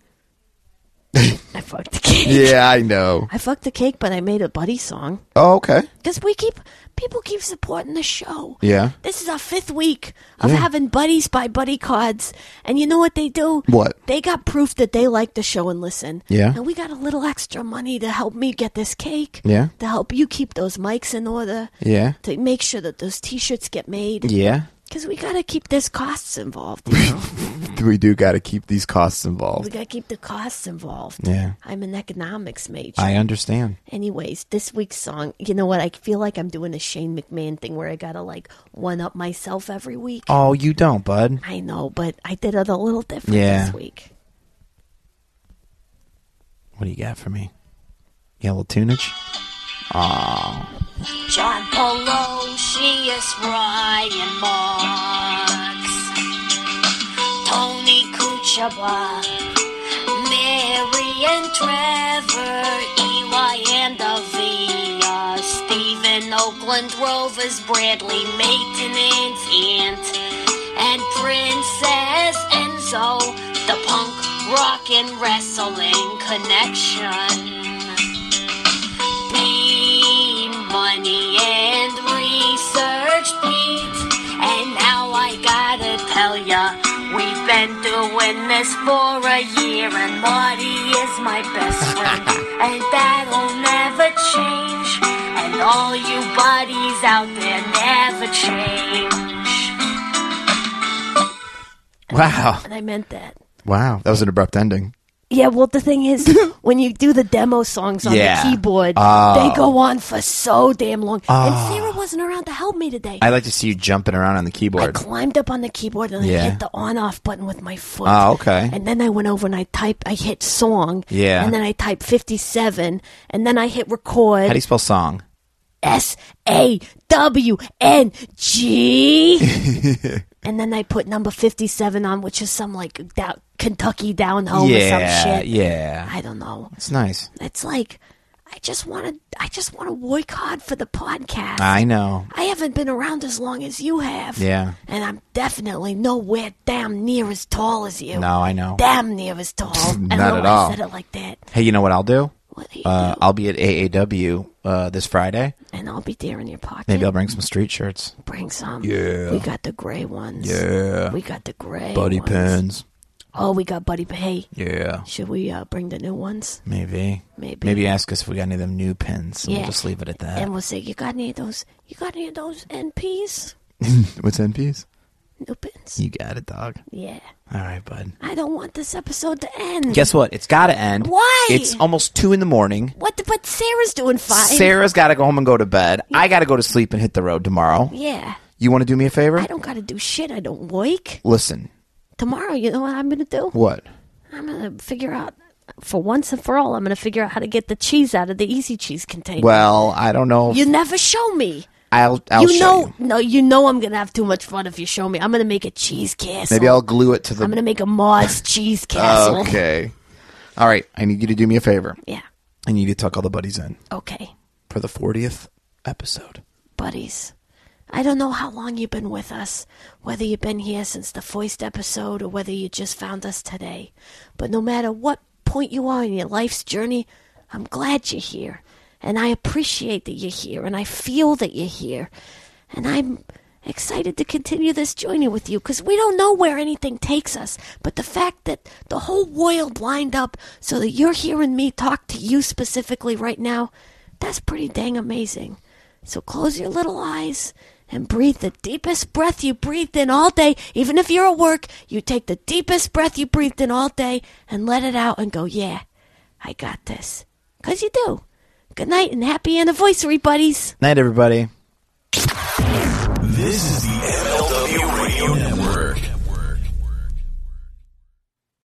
I fucked the cake.
yeah, I know.
I fucked the cake, but I made a buddy song.
Oh, okay.
Because we keep, people keep supporting the show.
Yeah.
This is our fifth week of having buddies by buddy cards. And you know what they do?
What?
They got proof that they like the show and listen.
Yeah.
And we got a little extra money to help me get this cake.
Yeah.
To help you keep those mics in order.
Yeah.
To make sure that those t shirts get made.
Yeah.
Because we got to keep this costs involved, you know?
We do got to keep these costs
we
involved.
got to keep the costs involved.
Yeah.
I'm an economics major.
I understand.
Anyways, this week's song, you know what? I feel like I'm doing a Shane McMahon thing where I got to like one up myself every week.
Oh, you don't, bud.
I know, but I did it a little different
Yeah.
this week.
What do you got for me? Yellow tunage.
John Pelosi is Ryan Marks. Tony Kuchaba, Mary and Trevor, Eli and Avia, Stephen Oakland Rovers, Bradley Maintenance, Ant, and Princess Enzo, the punk rock and wrestling connection. Be money and research beat. And now I gotta tell ya, we've been doing this for a year, and Marty is my best friend, and that'll never change. And all you buddies out there never change.
Wow.
And I meant that.
Wow. That was an abrupt ending.
Yeah, well, the thing is, when you do the demo songs on
Yeah. Oh.
the keyboard, they go on for so damn long. And Sarah wasn't around to help me today. I,
I like to see you jumping around on the keyboard.
climbed up on the keyboard and
Yeah.
I hit the on-off button with my foot.
Oh, okay.
And then I went over and I typed, I hit song.
Yeah.
And then I typed 57. And then I hit record.
How do you spell song?
S A W N G. And then I put number 57 on, which is some like down, Kentucky down home or some shit.
yeah.
I don't know.
It's nice.
It's like I just want to I just want to work hard for the podcast.
I know.
I haven't been around as long as you have.
Ah. Yeah.
And I'm definitely nowhere damn near as tall as you.
No, I know.
Damn near as tall. I don't
Not
know
at
why
all.
I said it like that.
Hey, you know what I'll do?
What do you
Uh,
do?
I'll be at AAW uh, this Friday.
And I'll be there in your pocket.
Maybe I'll bring some street shirts.
bring some. Yeah. We got the gray ones.
Yeah.
We got the gray
Buddy
ones.
pins.
Oh, we got buddy pin. Hey,
Yeah.
should we uh, bring the new ones?
Maybe.
Maybe.
Maybe uh, ask us if we got any of them new pins. and
Yeah.
We'll just leave it at that.
And we'll say, you got any of those? You got any of those NPs?
What's NPs?
New pins?
You got it, dog.
Yeah.
All right, bud.
I don't want this episode to end.
Guess what? It's got to end.
Why?
It's almost two in the morning.
What? The, but Sarah's doing fine.
Sarah's got to go home and go to bed. I got to go to sleep and hit the road tomorrow.
Yeah.
You want to do me a favor?
I don't got to do shit. I don't work.
Listen.
Tomorrow, you know what I'm going to do?
What?
I'm going to figure out, for once and for all, I'm going to figure out how to get the cheese out of the easy cheese container.
Well, I don't know.
you never show me.
I'll I'll
you
show
know,
you.
no, you know I'm gonna have too much fun if you show me. I'm gonna make a cheese castle.
Maybe I'll glue it to the
I'm gonna make a Mars cheese castle.
Okay. All right, I need you to do me a favor.
Yeah.
I need you to tuck all the buddies in
Okay,
for the 40th episode.
buddies. I don't know how long you've been with us, whether you've been here since the first episode or whether you just found us today. But no matter what point you are in your life's journey, I'm glad you're here. And I appreciate that you're here, and I feel that you're here. And I'm excited to continue this journey with you because we don't know where anything takes us. But the fact that the whole world lined up so that you're hearing me talk to you specifically right now, that's pretty dang amazing. So close your little eyes and breathe the deepest breath you breathed in all day. Even if you're at work, you take the deepest breath you breathed in all day and let it out and go, yeah, I got this. Because you do. Good night and happy anniversary, buddies.
Night, everybody.
This is the MLW Radio Network.